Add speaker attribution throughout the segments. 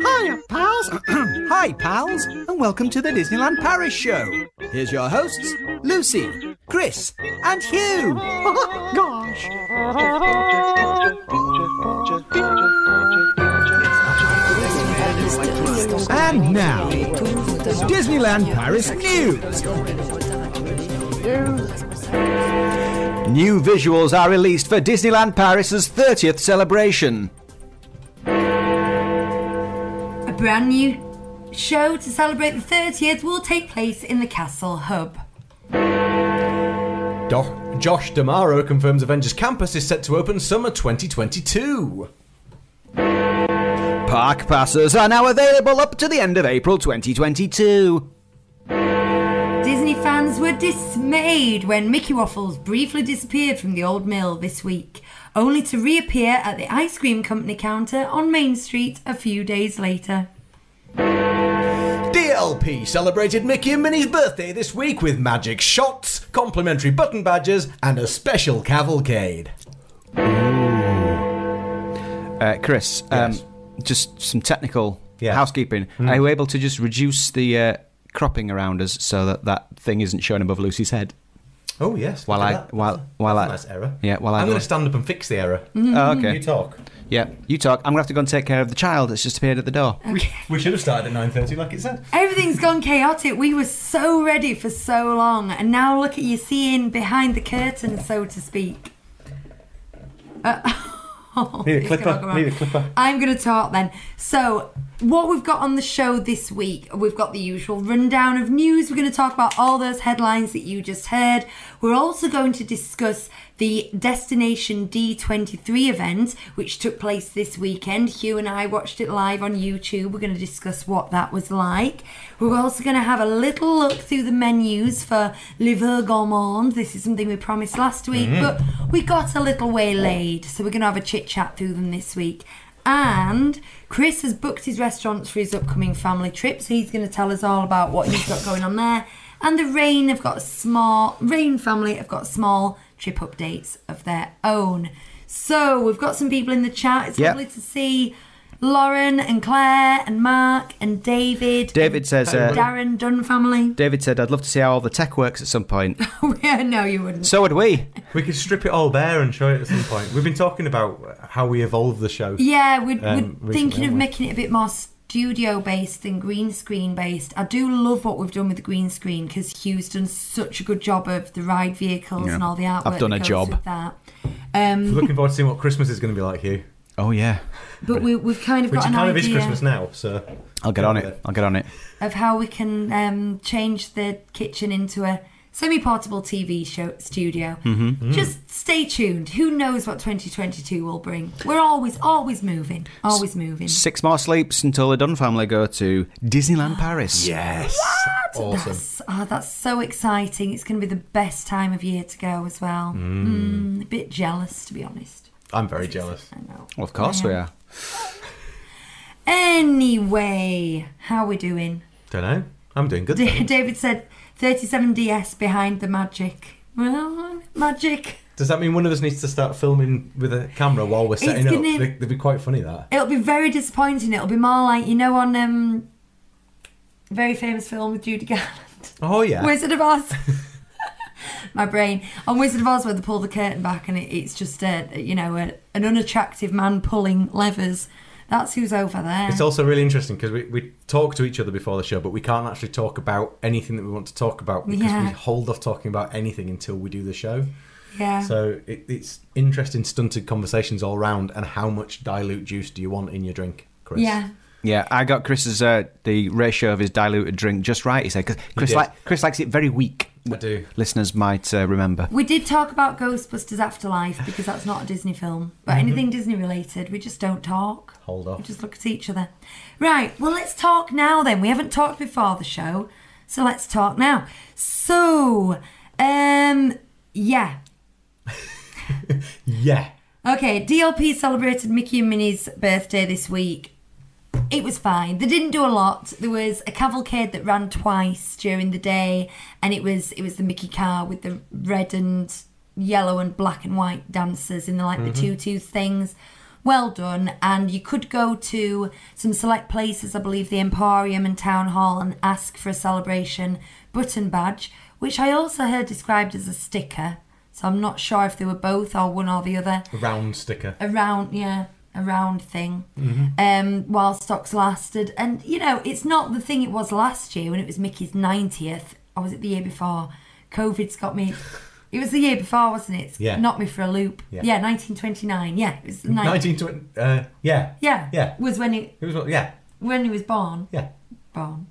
Speaker 1: Hiya, pals! Hi, pals, and welcome to the Disneyland Paris show. Here's your hosts, Lucy, Chris, and Hugh. Gosh! And now, Disneyland Paris news. New visuals are released for Disneyland Paris's 30th celebration.
Speaker 2: A brand new show to celebrate the 30th will take place in the Castle Hub.
Speaker 3: Do- Josh Damaro confirms Avengers Campus is set to open summer 2022.
Speaker 1: Park passes are now available up to the end of April 2022.
Speaker 2: Disney fans were dismayed when Mickey Waffles briefly disappeared from the old mill this week, only to reappear at the ice cream company counter on Main Street a few days later.
Speaker 3: DLP celebrated Mickey and Minnie's birthday this week with magic shots, complimentary button badges, and a special cavalcade.
Speaker 1: Uh, Chris, um,
Speaker 3: Yes.
Speaker 1: just some technical
Speaker 3: Yeah. Hmm.
Speaker 1: housekeeping. Are you able to just reduce the uh, cropping around us so that that thing isn't shown above Lucy's head?
Speaker 3: Oh yes.
Speaker 1: While
Speaker 3: look
Speaker 1: I-
Speaker 3: at that.
Speaker 1: while- while
Speaker 3: That's
Speaker 1: I-
Speaker 3: a nice error.
Speaker 1: Yeah, while I
Speaker 3: I'm
Speaker 1: do
Speaker 3: going
Speaker 1: it.
Speaker 3: to stand up and fix the error.
Speaker 1: Oh, okay.
Speaker 3: You talk.
Speaker 1: Yeah, you talk. I'm gonna have to go and take care of the child that's just appeared at the door.
Speaker 3: We should have started at 9:30, like it said.
Speaker 2: Everything's gone chaotic. We were so ready for so long, and now look at you seeing behind the curtain, so to speak. Uh,
Speaker 3: Need a
Speaker 2: it's gonna
Speaker 3: clipper,
Speaker 2: go wrong.
Speaker 3: need a clipper.
Speaker 2: I'm going to talk then. So, what we've got on the show this week, we've got the usual rundown of news. We're going to talk about all those headlines that you just heard. We're also going to discuss the Destination D23 event, which took place this weekend. Hugh and I watched it live on YouTube. We're going to discuss what that was like. We're also going to have a little look through the menus for Liver Gourmand. This is something we promised last week, but we got a little way laid, so we're going to have a chit chat through them this week. And Chris has booked his restaurants for his upcoming family trip, so he's going to tell us all about what he's got going on there. And the Rain have got a small Rain family have got small trip updates of their own. So we've got some people in the chat. It's
Speaker 1: Yep.
Speaker 2: lovely to see Lauren and Claire and Mark and David.
Speaker 1: David says.
Speaker 2: and
Speaker 1: Uh,
Speaker 2: Darren Dunn family.
Speaker 1: David said, "I'd love to see how all the tech works at some point."
Speaker 2: yeah, no, you wouldn't.
Speaker 1: so would we.
Speaker 3: We could strip it all bare and show it at some point. We've been talking about how we evolve the show.
Speaker 2: Yeah, we're,
Speaker 3: um,
Speaker 2: we're
Speaker 3: recently,
Speaker 2: thinking of
Speaker 3: haven't we?
Speaker 2: making it a bit more studio based than green screen based. I do love what we've done with the green screen because Hugh's done such a good job of the ride vehicles
Speaker 1: Yeah.
Speaker 2: and all the artwork.
Speaker 1: I've done
Speaker 2: that
Speaker 1: a
Speaker 2: goes
Speaker 1: job.
Speaker 2: with that. Um,
Speaker 3: Looking forward to seeing what Christmas is going to be like here,
Speaker 1: Oh yeah,
Speaker 2: but we, we've kind of
Speaker 3: which
Speaker 2: got an
Speaker 3: kind of is
Speaker 2: idea
Speaker 3: Christmas now. So
Speaker 1: I'll get on it. I'll get on it.
Speaker 2: of how we can um, change the kitchen into a semi-portable TV show studio.
Speaker 1: Mm-hmm.
Speaker 3: Mm.
Speaker 2: Just stay tuned. Who knows what 2022 will bring? We're always, always moving, always moving.
Speaker 1: Six more sleeps until the Dunn family go to Disneyland
Speaker 2: Oh,
Speaker 1: Paris.
Speaker 3: Yes. Awesome.
Speaker 2: That's, oh, that's so exciting. It's going to be the best time of year to go as well. Mm. a bit jealous, to be honest.
Speaker 3: I'm very jealous.
Speaker 2: I know.
Speaker 1: Well, of course we are.
Speaker 2: Anyway, how we doing?
Speaker 3: Don't know. I'm doing good.
Speaker 2: D- David said 37DS behind the magic. Well, magic.
Speaker 3: Does that mean one of us needs to start filming with a camera while we're setting up?
Speaker 2: gonna-
Speaker 3: They- They'd be quite funny that.
Speaker 2: It'll be very disappointing. It'll be more like, you know, on um, very famous film with Judy Garland.
Speaker 3: Oh yeah.
Speaker 2: Wizard of Oz. My brain on Wizard of Oz where they pull the curtain back and it, it's just a you know a, an unattractive man pulling levers. That's who's over there.
Speaker 3: It's also really interesting because we, we talk to each other before the show, but we can't actually talk about anything that we want to talk about because
Speaker 2: Yeah.
Speaker 3: we hold off talking about anything until we do the show.
Speaker 2: yeah.
Speaker 3: So it, it's interesting, stunted conversations all round. And how much dilute juice do you want in your drink, Chris?
Speaker 2: yeah.
Speaker 1: Yeah, I got Chris's uh, the ratio of his diluted drink just right. He said, "Cause Chris,
Speaker 3: did.
Speaker 1: li- Chris likes it very weak."
Speaker 3: I do.
Speaker 1: Listeners might uh, remember.
Speaker 2: We did talk about Ghostbusters Afterlife because that's not a Disney film, but anything Disney related, we just don't talk.
Speaker 3: Mm-hmm. Hold off.
Speaker 2: We just look at each other. Right, well, let's talk now then. We haven't talked before the show, so let's talk now. So, um, yeah,
Speaker 3: Yeah.
Speaker 2: Okay, DLP celebrated Mickey and Minnie's birthday this week. It was fine. They didn't do a lot. There was a cavalcade that ran twice during the day, and it was it was the Mickey car with the red and yellow and black and white dancers in the like the tutus things. well done. And you could go to some select places, I believe the Emporium and Town Hall, and ask for a celebration button badge, which I also heard described as a sticker. So I'm not sure if they were both or one or the other.
Speaker 3: Round sticker.
Speaker 2: A round, yeah, a round thing.
Speaker 3: Mm-hmm.
Speaker 2: Um, while stocks lasted, and you know, it's not the thing it was last year when it was Mickey's ninetieth, or was it the year before? COVID's got me. It was the year before, wasn't it? It's
Speaker 3: Yeah.
Speaker 2: Knocked me for a loop.
Speaker 3: Yeah.
Speaker 2: Yeah, 1929. Yeah, it was 19.
Speaker 3: 1920. Uh, yeah.
Speaker 2: yeah,
Speaker 3: Yeah.
Speaker 2: Was when he
Speaker 3: It was what? Yeah.
Speaker 2: when he was born.
Speaker 3: Yeah.
Speaker 2: Born.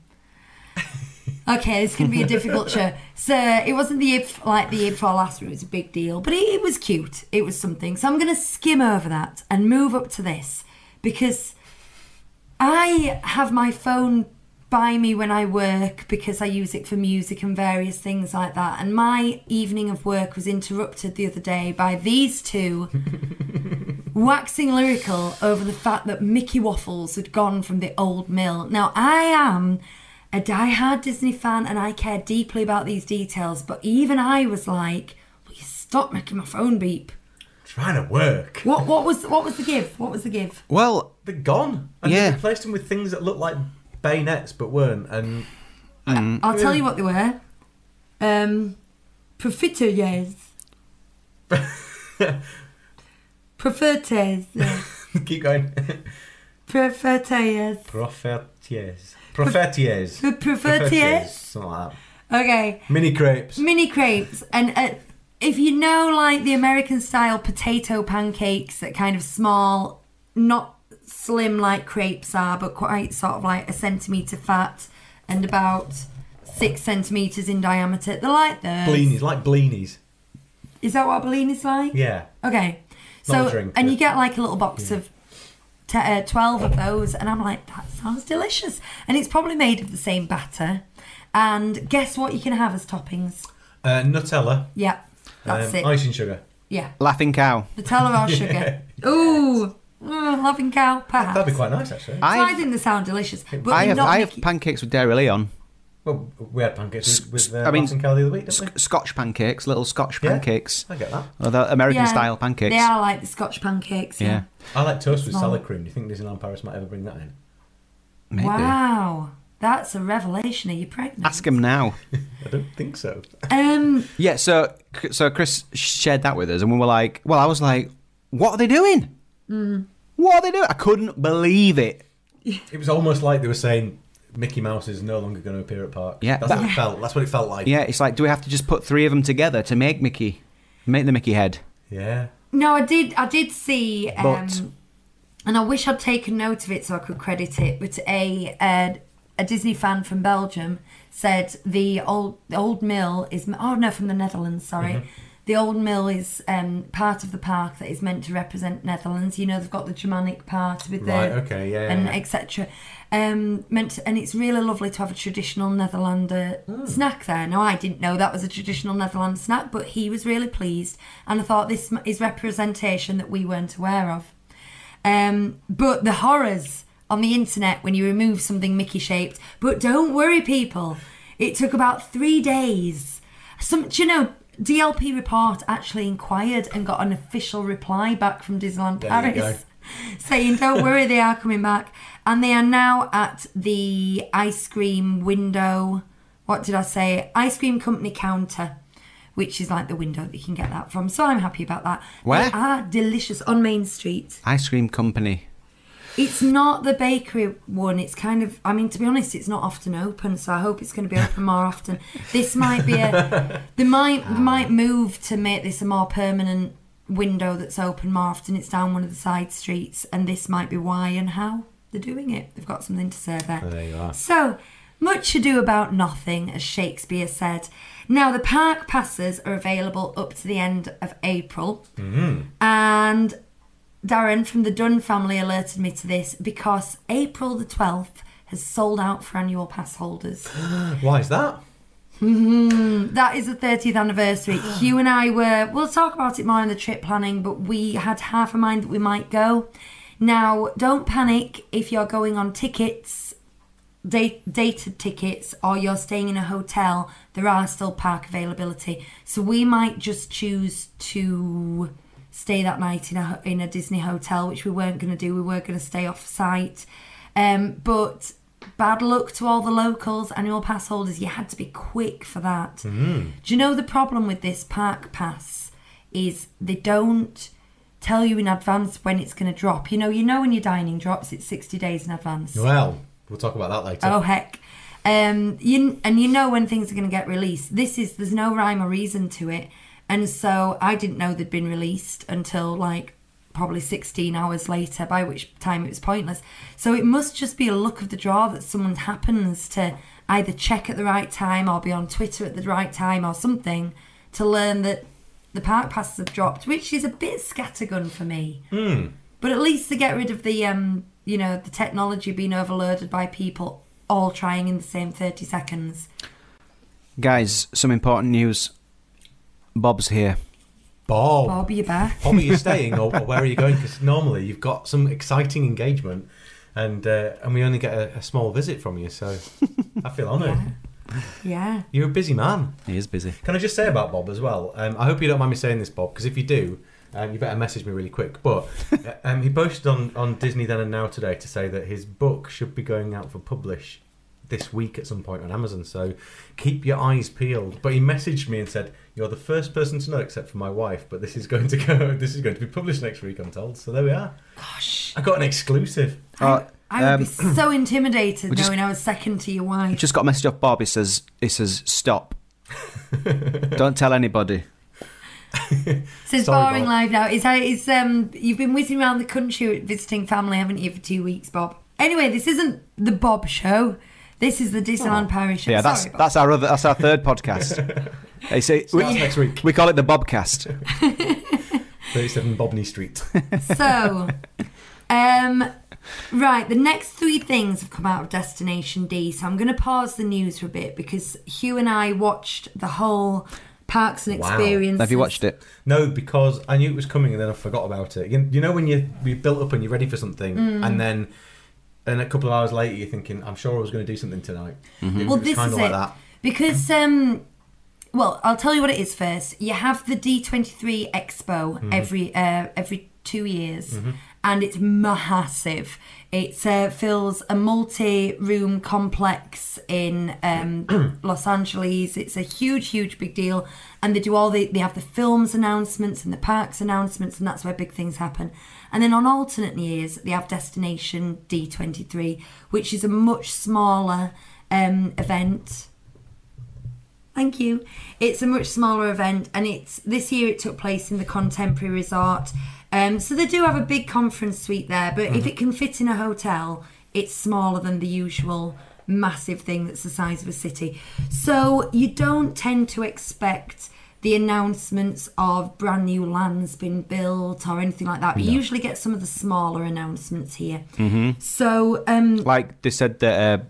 Speaker 2: Okay, this can be a difficult show. So it wasn't the year bef- like the year before last year. It was a big deal, but it, it was cute. It was something. So I'm going to skim over that and move up to this because I have my phone by me when I work because I use it for music and various things like that. And my evening of work was interrupted the other day by these two waxing lyrical over the fact that Mickey Waffles had gone from the old mill. Now, I am a die-hard Disney fan and I care deeply about these details, but even I was like, will you stop making my phone beep?
Speaker 3: Trying to work.
Speaker 2: What what was what was the give? What was the give?
Speaker 4: Well,
Speaker 3: They're gone. And
Speaker 4: Yeah.
Speaker 3: They replaced them with things that looked like bayonets but weren't. And
Speaker 2: I'll tell you what they were. Um profiteers. Profites.
Speaker 3: keep going.
Speaker 2: Profites.
Speaker 3: Profetiers. Profetiers.
Speaker 2: The
Speaker 3: Profetiers.
Speaker 2: Profites.
Speaker 3: Something like that.
Speaker 2: Okay.
Speaker 3: Mini crepes.
Speaker 2: Mini crepes and uh, if you know like the American style potato pancakes that kind of small, not slim like crepes are, but quite sort of like a centimetre fat and about six centimetres in diameter. They're like those.
Speaker 3: Bleenies. Like bleenies.
Speaker 2: Is that what a blini's like?
Speaker 3: Yeah.
Speaker 2: Okay.
Speaker 3: Not
Speaker 2: So
Speaker 3: a drink,
Speaker 2: and
Speaker 3: yeah.
Speaker 2: you get like a little box of t- uh, twelve of those, and I'm like, that sounds delicious, and it's probably made of the same batter. And guess what you can have as toppings?
Speaker 3: Uh, Nutella. um,
Speaker 2: Yeah, that's it.
Speaker 3: Icing sugar.
Speaker 2: Yeah,
Speaker 4: laughing cow.
Speaker 2: Nutella or sugar. Ooh, mm, loving cow, perhaps.
Speaker 3: That'd be quite nice,
Speaker 2: So
Speaker 3: actually.
Speaker 2: I
Speaker 4: I've,
Speaker 2: think they sound delicious, but
Speaker 4: I
Speaker 2: they're
Speaker 4: have,
Speaker 2: not
Speaker 4: I have
Speaker 2: Mickey-
Speaker 4: pancakes with Dairy Leon.
Speaker 3: Well, we had pancakes with, with uh,
Speaker 4: I mean,
Speaker 3: Martin Cow the other week, didn't
Speaker 4: Sc- Scotch pancakes, little Scotch
Speaker 3: Yeah.
Speaker 4: pancakes.
Speaker 3: we? I get that.
Speaker 1: uh,
Speaker 4: Well, they're American
Speaker 2: Yeah,
Speaker 4: style pancakes.
Speaker 2: They are like the Scotch pancakes.
Speaker 4: Yeah.
Speaker 2: Yeah.
Speaker 3: I like toast with
Speaker 2: Small.
Speaker 3: salad cream. Do you think Disneyland Paris might ever bring that in?
Speaker 4: Maybe.
Speaker 2: Wow, that's a revelation. Are you pregnant?
Speaker 4: Ask him now.
Speaker 3: I don't think so.
Speaker 2: Um.
Speaker 4: Yeah, so so Chris shared that with us, and we were like, well, I was like, what are they doing?
Speaker 2: Mm-hmm.
Speaker 4: What are they doing? I couldn't believe it.
Speaker 3: It was almost like they were saying Mickey Mouse is no longer going to appear at park.
Speaker 4: Yeah,
Speaker 3: that's
Speaker 4: that-
Speaker 3: what it felt. That's what it felt like.
Speaker 4: Yeah, it's like, do we have to just put three of them together to make Mickey, make the Mickey head?
Speaker 3: yeah.
Speaker 2: No, I did. I did see, um,
Speaker 4: But-
Speaker 2: and I wish I'd taken note of it so I could credit it. But a a, a Disney fan from Belgium said the old the old mill is oh no from the Netherlands sorry.
Speaker 3: Mm-hmm.
Speaker 2: The old mill is um, part of the park that is meant to represent Netherlands. You know they've got the Germanic part with
Speaker 3: Right,
Speaker 2: the
Speaker 3: okay, yeah,
Speaker 2: and
Speaker 3: yeah.
Speaker 2: etc. Um, meant and it's really lovely to have a traditional Netherlander
Speaker 3: Hmm.
Speaker 2: snack there. Now I didn't know that was a traditional Netherlander snack, but he was really pleased, and I thought this m- is representation that we weren't aware of. Um, but the horrors on the internet when you remove something Mickey shaped. But don't worry, people. It took about three days. Some, do you know, DLP Report actually inquired and got an official reply back from Disneyland
Speaker 3: There you
Speaker 2: Paris saying, Don't worry, they are coming back. And they are now at the ice cream window. What did I say? Ice cream company counter, which is like the window that you can get that from. So I'm happy about that.
Speaker 4: Where?
Speaker 2: They are delicious on Main Street.
Speaker 4: Ice cream company.
Speaker 2: It's not the bakery one. It's kind of, I mean, to be honest, it's not often open, so I hope it's going to be open more often. This might be a, they might they
Speaker 3: Ah.
Speaker 2: might move to make this a more permanent window that's open more often. It's down one of the side streets, and this might be why and how they're doing it. They've got something to serve there.
Speaker 3: There you are.
Speaker 2: So, much ado about nothing, as Shakespeare said. Now, the park passes are available up to the end of April.
Speaker 3: Mm-hmm.
Speaker 2: And Darren from the Dunn family alerted me to this because April the 12th has sold out for annual pass holders.
Speaker 3: Why is that?
Speaker 2: That is the 30th anniversary. Hugh and I were, we'll talk about it more in the trip planning, but we had half a mind that we might go. Now, don't panic if you're going on tickets, date, dated tickets, or you're staying in a hotel, there are still park availability. So we might just choose to stay that night in a ho- in a Disney hotel, which we weren't going to do. We were going to stay off site, um, but bad luck to all the locals annual pass holders. You had to be quick for that. Do you know the problem with this park pass is they don't tell you in advance when it's going to drop. You know, you know when your dining drops, it's sixty days in advance.
Speaker 3: Well, we'll talk about that later.
Speaker 2: Oh heck. Um, you and you know when things are going to get released. This is there's no rhyme or reason to it, and so I didn't know they'd been released until like probably 16 hours later. By which time it was pointless. So it must just be a luck of the draw that someone happens to either check at the right time or be on Twitter at the right time or something to learn that the park passes have dropped, which is a bit scattergun for me. But at least to get rid of the, um, you know, the technology being overloaded by people all trying in the same 30 seconds.
Speaker 4: Guys, some important news. Bob's here. Oh.
Speaker 3: Bob. Bob.
Speaker 2: Bob, you back?
Speaker 3: are you staying or, or where are you going? Because normally you've got some exciting engagement and uh, and we only get a, a small visit from you, so I feel honoured.
Speaker 2: Yeah.
Speaker 3: You're a busy man.
Speaker 4: He is busy.
Speaker 3: Can I just say about Bob as well? Um, I hope you don't mind me saying this, Bob, because if you do, um, you better message me really quick. But uh, um, he posted on, on Disney Then and Now today to say that his book should be going out for publish this week at some point on Amazon. So keep your eyes peeled. But he messaged me and said, "You're the first person to know, except for my wife, but this is going to go. This is going to be published next week. I'm told. So there we are.
Speaker 2: Gosh.
Speaker 3: I got an exclusive.
Speaker 4: Uh,
Speaker 2: I would be
Speaker 4: um,
Speaker 2: so intimidated
Speaker 4: we just-
Speaker 2: knowing I was second to your wife.
Speaker 4: just got a message off Bob. He says, he says, stop. Don't tell anybody.
Speaker 2: Says
Speaker 3: sorry,
Speaker 2: barring
Speaker 3: Bob.
Speaker 2: live now. Is how it's um you've been whizzing around the country visiting family, haven't you, for two weeks, Bob? Anyway, this isn't the Bob show. This is the Disneyland Parish show.
Speaker 4: Oh. Yeah, that's
Speaker 2: Sorry, Bob.
Speaker 4: that's our other that's our third podcast. They say
Speaker 3: Starts
Speaker 4: we,
Speaker 3: next week.
Speaker 4: we call it the Bobcast.
Speaker 3: 37 Bobney Street.
Speaker 2: So, um, right, the next three things have come out of Destination D. So I'm going to pause the news for a bit because Hugh and I watched the whole Parks and
Speaker 3: Wow.
Speaker 2: Experience.
Speaker 4: Have you watched it?
Speaker 3: No, because I knew it was coming and then I forgot about it. You, you know when you you built up and you're ready for something,
Speaker 2: Mm.
Speaker 3: and then and a couple of hours later you're thinking, I'm sure I was going to do something tonight. It
Speaker 2: Well,
Speaker 3: was
Speaker 2: this
Speaker 3: kinda
Speaker 2: is
Speaker 3: like
Speaker 2: it
Speaker 3: that.
Speaker 2: because um, well, I'll tell you what it is first. You have the D23 Expo every uh, every two years, and it's massive. It uh, fills a multi-room complex in um, Los Angeles. It's a huge, huge, big deal, and they do all the they have the films announcements and the parks announcements, and that's where big things happen. And then on alternate years, they have Destination D23, which is a much smaller um, event. Thank you. It's a much smaller event, and it's this year it took place in the Contemporary Resort. Um, so they do have a big conference suite there, but if it can fit in a hotel, it's smaller than the usual massive thing that's the size of a city. So you don't tend to expect the announcements of brand new lands being built or anything like that. You usually get some of the smaller announcements here. So um,
Speaker 4: Like they said that uh,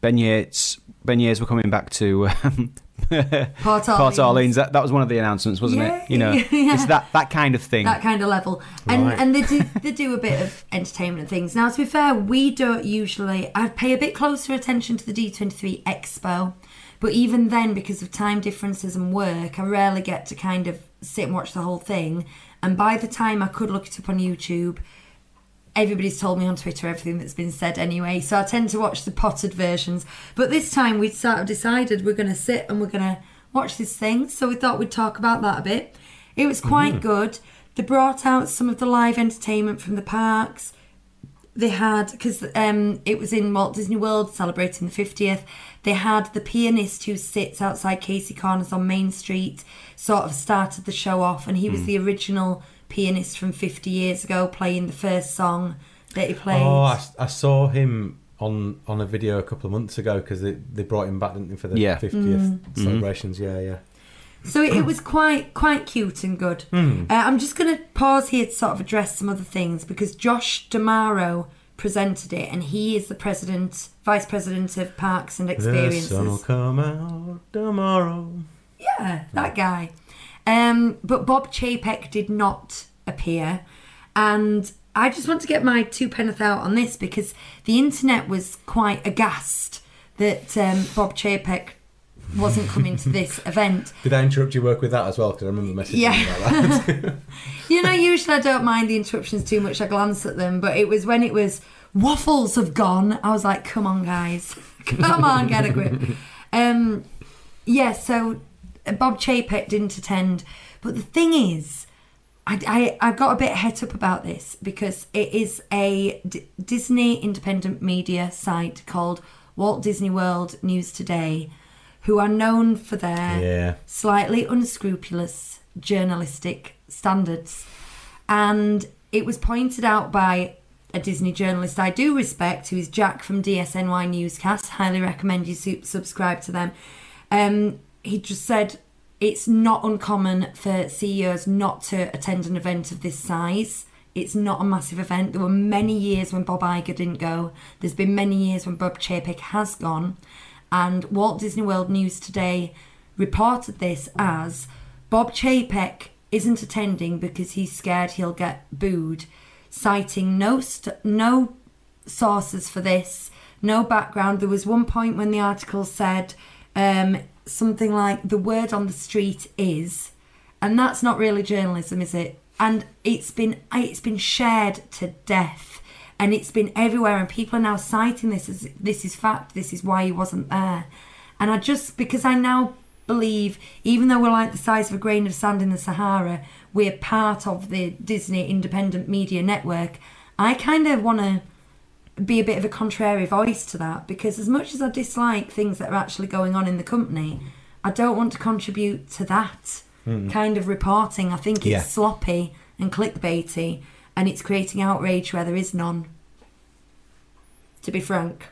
Speaker 4: Ben Yates Ben Yates were coming back to um,
Speaker 2: Port
Speaker 4: Port
Speaker 2: Orleans.
Speaker 4: Orleans. That, that was one of the announcements, wasn't it? You know,
Speaker 2: Yay. Yeah.
Speaker 4: it's that that kind of thing.
Speaker 2: that kind of level and
Speaker 3: Right.
Speaker 2: and they do they do a bit of entertainment things now to be fair we don't usually i pay a bit closer attention to the d23 expo but even then because of time differences and work i rarely get to kind of sit and watch the whole thing and by the time i could look it up on youtube everybody's told me on Twitter everything that's been said anyway, so I tend to watch the potted versions. But this time we'd sort of decided we're going to sit and we're going to watch this thing, so we thought we'd talk about that a bit. It was quite good. They brought out some of the live entertainment from the parks they had because um, it was in Walt Disney World celebrating the 50th. They had the pianist who sits outside Casey Corners on Main Street sort of started the show off, and he
Speaker 3: Hmm.
Speaker 2: was the original pianist from 50 years ago playing the first song that he played.
Speaker 3: Oh, I, s- I saw him on on a video a couple of months ago because they, they brought him back didn't they, for the
Speaker 4: Yeah.
Speaker 3: 50th
Speaker 2: Mm.
Speaker 3: celebrations. Yeah, yeah.
Speaker 2: So it, it was quite quite cute and good.
Speaker 3: Hmm.
Speaker 2: Uh, I'm just going to pause here to sort of address some other things because Josh Damaro presented it, and he is the president, vice president of Parks and
Speaker 3: The
Speaker 2: Experiences.
Speaker 3: sun will come out tomorrow.
Speaker 2: Yeah, that guy. Um, but Bob Chapek did not appear. And I just want to get my two penneth out on this because the internet was quite aghast that um, Bob Chapek wasn't coming to this event.
Speaker 3: Did I interrupt your work with that as well? Because I remember messaging
Speaker 2: Yeah.
Speaker 3: you about that.
Speaker 2: You know, usually I don't mind the interruptions too much. I glance at them, but it was when it was waffles have gone. I was like, come on, guys, come on, get a grip. Um, yeah, so Bob Chapek didn't attend, but the thing is, I, I I got a bit het up about this because it is a D- Disney independent media site called Walt Disney World News Today, who are known for their
Speaker 3: yeah.
Speaker 2: slightly unscrupulous journalistic standards. And it was pointed out by a Disney journalist I do respect, who is Jack from DSNY Newscast. Highly recommend you su- subscribe to them. Um, he just said it's not uncommon for CEOs not to attend an event of this size. It's not a massive event. There were many years when Bob Iger didn't go. There's been many years when Bob Chapek has gone. And Walt Disney World News today reported this as Bob Chapek isn't attending because he's scared he'll get booed, citing no st- no sources for this, no background. There was one point when the article said um, something like the word on the street is, and that's not really journalism, is it? And it's been it's been shared to death, and it's been everywhere, and people are now citing this as this is fact, this is why he wasn't there, and I just because I now believe, even though we're like the size of a grain of sand in the Sahara, we're part of the Disney Independent Media Network. I kind of want to be a bit of a contrary voice to that because as much as I dislike things that are actually going on in the company, I don't want to contribute to that kind of reporting. I think it's
Speaker 3: Yeah.
Speaker 2: sloppy and clickbaity and it's creating outrage where there is none. To be frank.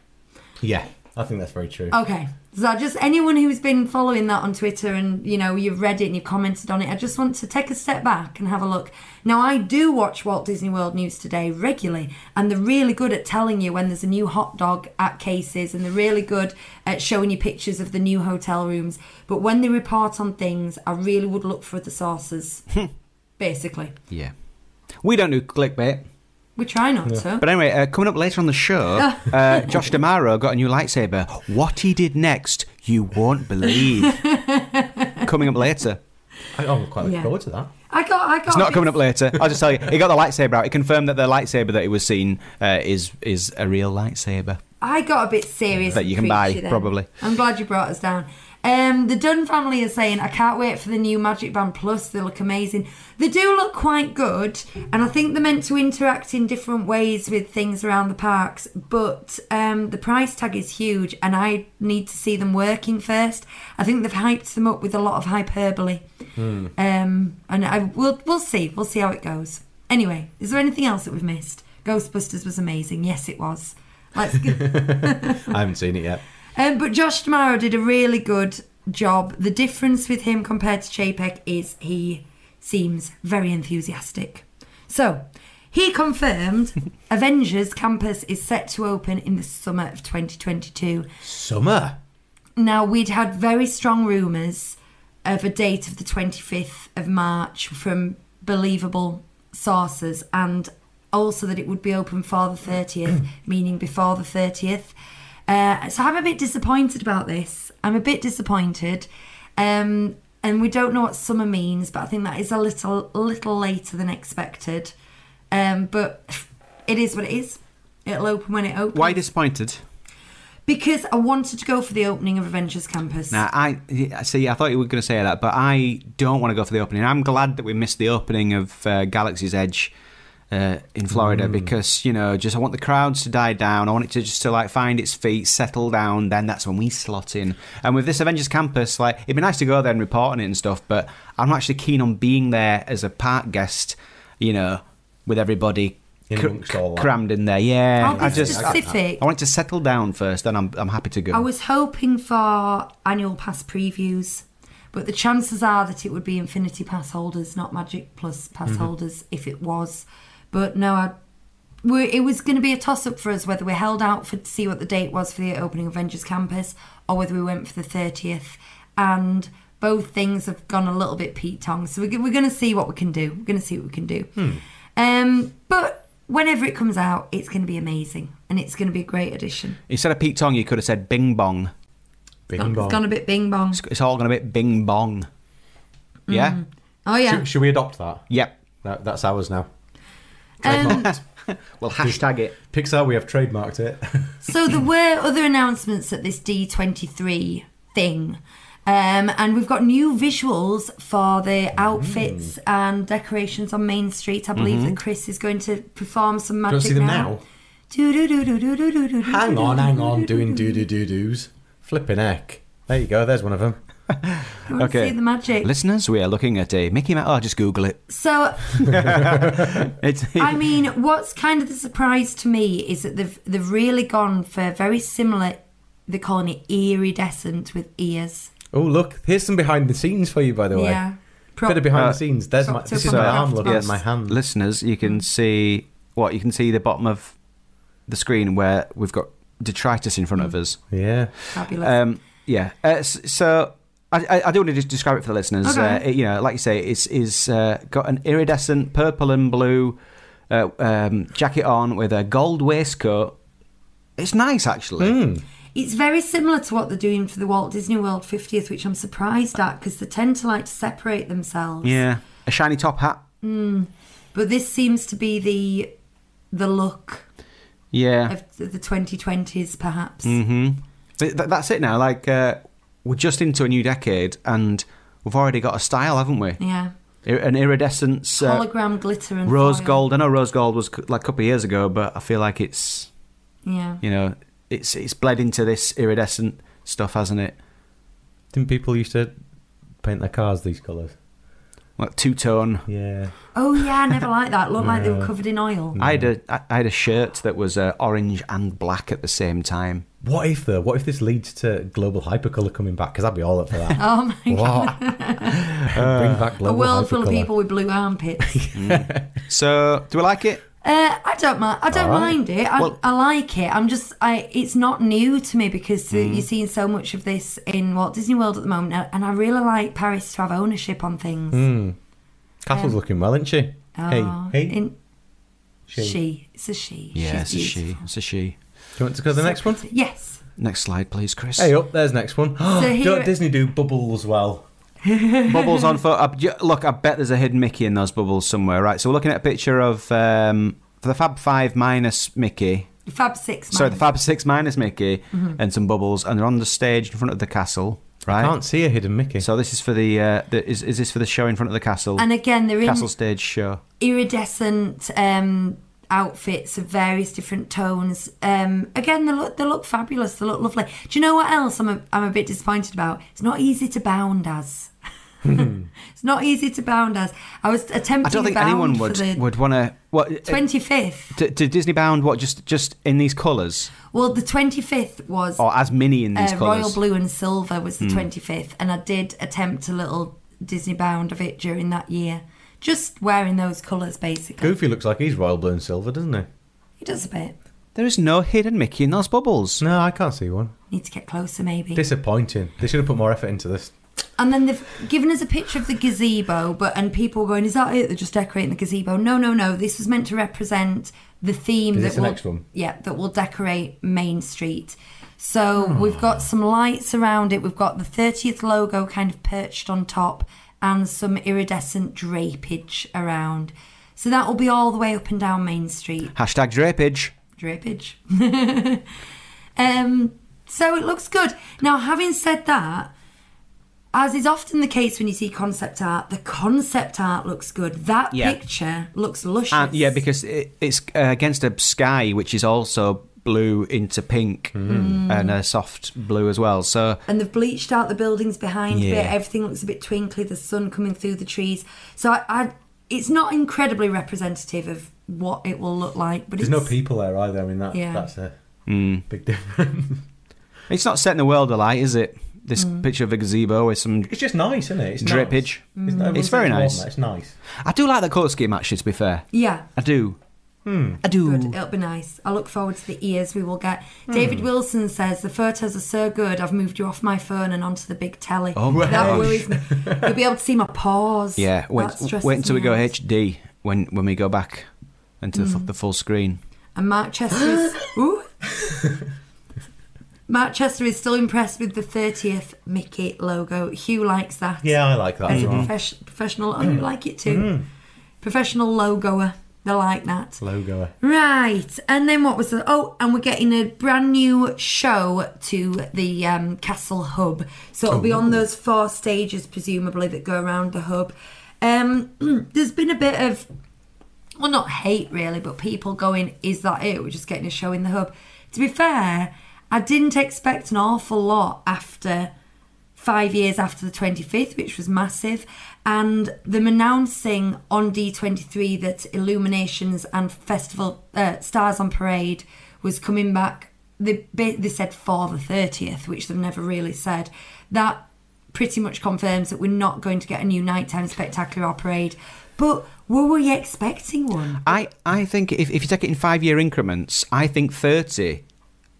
Speaker 3: Yeah. I think that's very true.
Speaker 2: Okay. So just anyone who's been following that on Twitter and you know you've read it and you've commented on it, I just want to take a step back and have a look. Now I do watch Walt Disney World News Today regularly, and they're really good at telling you when there's a new hot dog at cases, and they're really good at showing you pictures of the new hotel rooms. But when they report on things, I really would look for the sources.
Speaker 1: Hmm.
Speaker 2: basically,
Speaker 1: Yeah. We don't do clickbait.
Speaker 2: we try not to.
Speaker 1: But anyway, uh, coming up later on the show, uh, Josh Damaro got a new lightsaber. What he did next, you won't believe. coming up later.
Speaker 3: I, I'm quite looking
Speaker 2: Yeah.
Speaker 3: forward to that.
Speaker 2: I got, I got.
Speaker 1: It's not coming
Speaker 2: this-
Speaker 1: up later. I'll just tell you. He got the lightsaber out. He confirmed that the lightsaber that he was seeing uh, is is a real lightsaber.
Speaker 2: I got a bit serious.
Speaker 1: That
Speaker 2: and
Speaker 1: you can buy,
Speaker 2: preachy then.
Speaker 1: probably.
Speaker 2: I'm glad you brought us down. Um, the Dunn family is saying, I can't wait for the new Magic Band Plus. They look amazing. They do look quite good, and I think they're meant to interact in different ways with things around the parks. But um, the price tag is huge, and I need to see them working first. I think they've hyped them up with a lot of hyperbole,
Speaker 1: Hmm.
Speaker 2: um, and I we'll we'll see. We'll see how it goes. Anyway, is there anything else that we've missed? Ghostbusters was amazing. Yes, it was. Let's go.
Speaker 3: I haven't seen it yet.
Speaker 2: Um, but Josh Damaro did a really good job. The difference with him compared to Chapek is he seems very enthusiastic. So he confirmed Avengers Campus is set to open in the summer of 2022.
Speaker 3: Summer.
Speaker 2: Now, we'd had very strong rumours of a date of the 25th of March from believable sources, and also that it would be open for the 30th, meaning before the 30th. Uh, so I'm a bit disappointed about this. I'm a bit disappointed. Um, and we don't know what summer means, but I think that is a little little later than expected. Um, but it is what it is. It'll open when it opens.
Speaker 1: Why disappointed?
Speaker 2: Because I wanted to go for the opening of Avengers Campus.
Speaker 1: Now, I yeah, see. I thought you were going to say that, but I don't want to go for the opening. I'm glad that we missed the opening of uh, Galaxy's Edge uh, in Florida
Speaker 3: Mm.
Speaker 1: because you know, just I want the crowds to die down. I want it to just to like find its feet, settle down. Then that's when we slot in. And with this Avengers Campus, like it'd be nice to go there and report on it and stuff. But I'm not actually keen on being there as a park guest. You know, with everybody.
Speaker 3: In
Speaker 1: cr-
Speaker 3: amongst all that.
Speaker 1: crammed in there, yeah.
Speaker 2: I'll be
Speaker 1: I just I,
Speaker 2: specific.
Speaker 1: I want it to settle down first, then I'm I'm happy to go.
Speaker 2: I was hoping for annual pass previews, but the chances are that it would be Infinity Pass holders, not Magic Plus pass holders, if it was. But no, I, we it was going to be a toss up for us whether we held out for to see what the date was for the opening of Avengers Campus or whether we went for the 30th. And both things have gone a little bit Pete Tong. So we're, g- we're going to see what we can do. We're going to see what we can do. Um, but whenever it comes out, it's going to be amazing and it's going to be a great addition.
Speaker 1: Instead of Pete Tong, you could have said Bing Bong.
Speaker 3: Bing bong.
Speaker 2: It's gone a bit bing bong.
Speaker 1: It's all going to be bing bong. Yeah?
Speaker 2: Oh yeah.
Speaker 3: Should, should we adopt that?
Speaker 1: Yep.
Speaker 3: That- that's ours now.
Speaker 2: Um,
Speaker 3: Trademarked.
Speaker 1: Well, hashtag it.
Speaker 3: Pixar, we have trademarked it.
Speaker 2: so there were other announcements at this D23 thing. Um, and we've got new visuals for the outfits and decorations on Main Street. I believe that Chris is going to perform some magic
Speaker 3: you want to see them
Speaker 2: now.
Speaker 3: now?
Speaker 2: Do-do-do-do-do-do-do-do-do-do-do.
Speaker 3: Hang on, hang on, doing doo doo doo doos. Flipping heck. There you go, there's one of them.
Speaker 2: You wanna
Speaker 1: Okay.
Speaker 2: See the magic.
Speaker 1: Listeners, we are looking at a Mickey Mouse. Oh, just Google it.
Speaker 2: So
Speaker 1: It's,
Speaker 2: I mean, what's kind of the surprise to me is that they've they've really gone for very similar. They're calling it iridescent with ears.
Speaker 3: Oh, look, here's some behind the scenes for you, by the way.
Speaker 2: Yeah, Pro-
Speaker 3: Bit of behind
Speaker 1: Uh,
Speaker 3: the scenes. There's my,
Speaker 2: so
Speaker 3: this is
Speaker 2: from
Speaker 3: my
Speaker 2: the
Speaker 3: arm
Speaker 2: left
Speaker 3: looking at
Speaker 2: box.
Speaker 3: my hand.
Speaker 1: Listeners, you can see what? You can see the bottom of the screen where we've got detritus in front of us.
Speaker 3: Yeah.
Speaker 2: fabulous.
Speaker 1: Um, yeah. Uh, s- so I, I- I do want to just describe it for the listeners.
Speaker 2: Okay.
Speaker 1: Uh, it- you know, like you say, it's is uh, got an iridescent purple and blue uh, um, jacket on with a gold waistcoat. It's nice, actually.
Speaker 2: Hmm. it's very similar to what they're doing for the Walt Disney World 50th, which I'm surprised at because they tend to like to separate themselves.
Speaker 1: Yeah, a shiny top hat.
Speaker 2: But this seems to be the the look
Speaker 1: Yeah, Mm-hmm.
Speaker 2: of the 2020s, perhaps.
Speaker 1: Mm. Th- th- that's it now. Like uh, we're just into a new decade, and we've already got a style, haven't we?
Speaker 2: Yeah,
Speaker 1: Ir- An iridescence, uh,
Speaker 2: hologram glitter and
Speaker 1: rose
Speaker 2: foil.
Speaker 1: gold. I know rose gold was c- like a couple of years ago, but I feel like it's
Speaker 2: Yeah.
Speaker 1: you know it's it's bled into this iridescent stuff, hasn't it?
Speaker 3: Didn't people used to paint their cars these colours?
Speaker 1: Like two tone.
Speaker 3: Yeah.
Speaker 2: Oh yeah, I never liked that. Looked like they were
Speaker 3: Yeah.
Speaker 2: covered in oil.
Speaker 1: I had a I I had a shirt that was uh, orange and black at the same time.
Speaker 3: What if, though? What if this leads to global hypercolour coming back? Because I'd be all up for that.
Speaker 2: Oh my
Speaker 3: What? Bring back
Speaker 2: A
Speaker 3: global
Speaker 2: world full of
Speaker 3: hypercolour.
Speaker 2: people with blue armpits.
Speaker 1: So do we like it?
Speaker 2: uh, I don't mind. I don't
Speaker 3: All right.
Speaker 2: mind it. I,
Speaker 1: Well-
Speaker 2: I like it. I'm just. I. It's not new to me because uh,
Speaker 3: Hmm.
Speaker 2: you're seeing so much of this in Walt Disney World at the moment, uh, and- and I really like Paris to have ownership on things.
Speaker 3: Castle's looking well, isn't she?
Speaker 2: Oh,
Speaker 3: Hmm. hey, hey.
Speaker 2: in-
Speaker 3: she.
Speaker 2: she. It's a she.
Speaker 1: Yeah,
Speaker 2: She's
Speaker 1: it's a she.
Speaker 2: beautiful.
Speaker 1: It's a she.
Speaker 3: Do you want to go to the next one?
Speaker 2: Yes.
Speaker 1: Next slide, please, Chris.
Speaker 3: Hey, up there's next one.
Speaker 2: here-
Speaker 3: Don't Disney do bubbles well?
Speaker 1: bubbles on foot. I- y- Look, I bet there's a hidden Mickey in those bubbles somewhere, right? So we're looking at a picture of um, for the Fab Five minus Mickey.
Speaker 2: Fab Six.
Speaker 1: Sorry, the
Speaker 2: man.
Speaker 1: Fab Six minus Mm-hmm. Mickey and some bubbles, and they're on the stage in front of the castle, right?
Speaker 3: Can't see a hidden Mickey.
Speaker 1: So this is for the, uh, the is is this for the show in front of the castle?
Speaker 2: And again, they're in
Speaker 1: castle stage show.
Speaker 2: iridescent um, outfits of various different tones. Um, again, they look they look fabulous. They look lovely. Do you know what else I'm a, I'm a bit disappointed about? It's not easy to bound as. it's not easy to bound as. I was attempting.
Speaker 1: Hmm. I don't think
Speaker 2: bound
Speaker 1: anyone
Speaker 2: for
Speaker 1: would
Speaker 2: the
Speaker 1: would want to. What
Speaker 2: Twenty fifth.
Speaker 1: to, to Disney bound? What just just in these colours
Speaker 2: Well, the twenty fifth was
Speaker 1: or as mini in Oh, these
Speaker 2: uh,
Speaker 1: colours? Hmm.
Speaker 2: royal blue and silver was the twenty fifth, and I did attempt a little Disney bound of it during that year, just wearing those colours basically.
Speaker 3: Goofy looks like he's royal blue and silver, doesn't he?
Speaker 2: It does a bit.
Speaker 1: There is no hidden Mickey in those bubbles.
Speaker 3: No, I can't see one.
Speaker 2: Need to get closer, maybe.
Speaker 3: Disappointing. They should have put more effort into this.
Speaker 2: And then they've given us a picture of the gazebo, but and people were going, "Is that it? They're just decorating the gazebo." No, no, no. This was meant to represent the theme
Speaker 3: Is
Speaker 2: that
Speaker 3: this the
Speaker 2: will,
Speaker 3: next one?
Speaker 2: yeah, that will decorate Main Street. So
Speaker 3: Hmm.
Speaker 2: we've got some lights around it. We've got the thirtieth logo kind of perched on top, and some iridescent drapage around. So that will be all the way up and down Main Street
Speaker 1: Hashtag drapage.
Speaker 2: drapage. um, so it looks good. Now, having said that, as is often the case when you see concept art, the concept art looks good. That
Speaker 1: Yeah.
Speaker 2: picture looks luscious.
Speaker 1: And, yeah, because it, it's uh, against a sky which is also blue into pink and a soft blue as well. So
Speaker 2: and they've bleached out the buildings behind a bit.
Speaker 1: Yeah.
Speaker 2: Everything looks a bit twinkly. The sun coming through the trees. So I, I it's not incredibly representative of what it will look like. But
Speaker 3: There's
Speaker 2: it's,
Speaker 3: no people there either. I mean, that
Speaker 2: Yeah.
Speaker 3: that's a
Speaker 1: Hmm.
Speaker 3: big difference.
Speaker 1: it's not setting the world alight, is it? This
Speaker 2: Hmm.
Speaker 1: picture of a gazebo with some.
Speaker 3: It's just nice, isn't it? It's
Speaker 1: Drippage.
Speaker 3: Nice.
Speaker 2: Mm.
Speaker 3: It's, not-
Speaker 1: It's very
Speaker 3: warm,
Speaker 1: nice.
Speaker 3: It's nice.
Speaker 1: I do like the colour scheme, actually. To be fair,
Speaker 2: Yeah.
Speaker 1: I do. I do.
Speaker 2: Good. It'll be nice. I look forward to the ears we will get. David
Speaker 1: Hmm.
Speaker 2: Wilson says the photos are so good. I've moved you off my phone and onto the big telly.
Speaker 1: Oh my
Speaker 2: that
Speaker 1: gosh.
Speaker 2: worries me. You'll be able to see my paws.
Speaker 1: Yeah, wait,
Speaker 2: That stresses
Speaker 1: wait until we
Speaker 2: me
Speaker 1: go
Speaker 2: out. Mm.
Speaker 1: HD when when we go back into the, fu- the full screen.
Speaker 2: And Mark Chester's. ooh. Matt Chester is still impressed with the 30th Mickey logo. Hugh likes that.
Speaker 3: Yeah, I like that
Speaker 2: As
Speaker 3: as
Speaker 2: a
Speaker 1: Mm-hmm.
Speaker 3: well.
Speaker 2: profes- professional, oh, you like it too. Professional logoer. They like that.
Speaker 3: Logo.
Speaker 2: Right, and then what was the? Oh, and we're getting a brand new show to the um, Castle Hub, so it'll be on those four stages presumably that go around the hub. Um, there's been a bit of, well, not hate really, but people going, "Is that it? We're just getting a show in the hub." To be fair, I didn't expect an awful lot after five years after the 25th, which was massive. And them announcing on D23 that Illuminations and Festival uh, Stars on Parade was coming back. They, ba- they said for the 30th, which they've never really said. That pretty much confirms that we're not going to get a new nighttime spectacular or parade. But were we expecting one?
Speaker 1: I, I think if, if you take it in five year increments, I think 30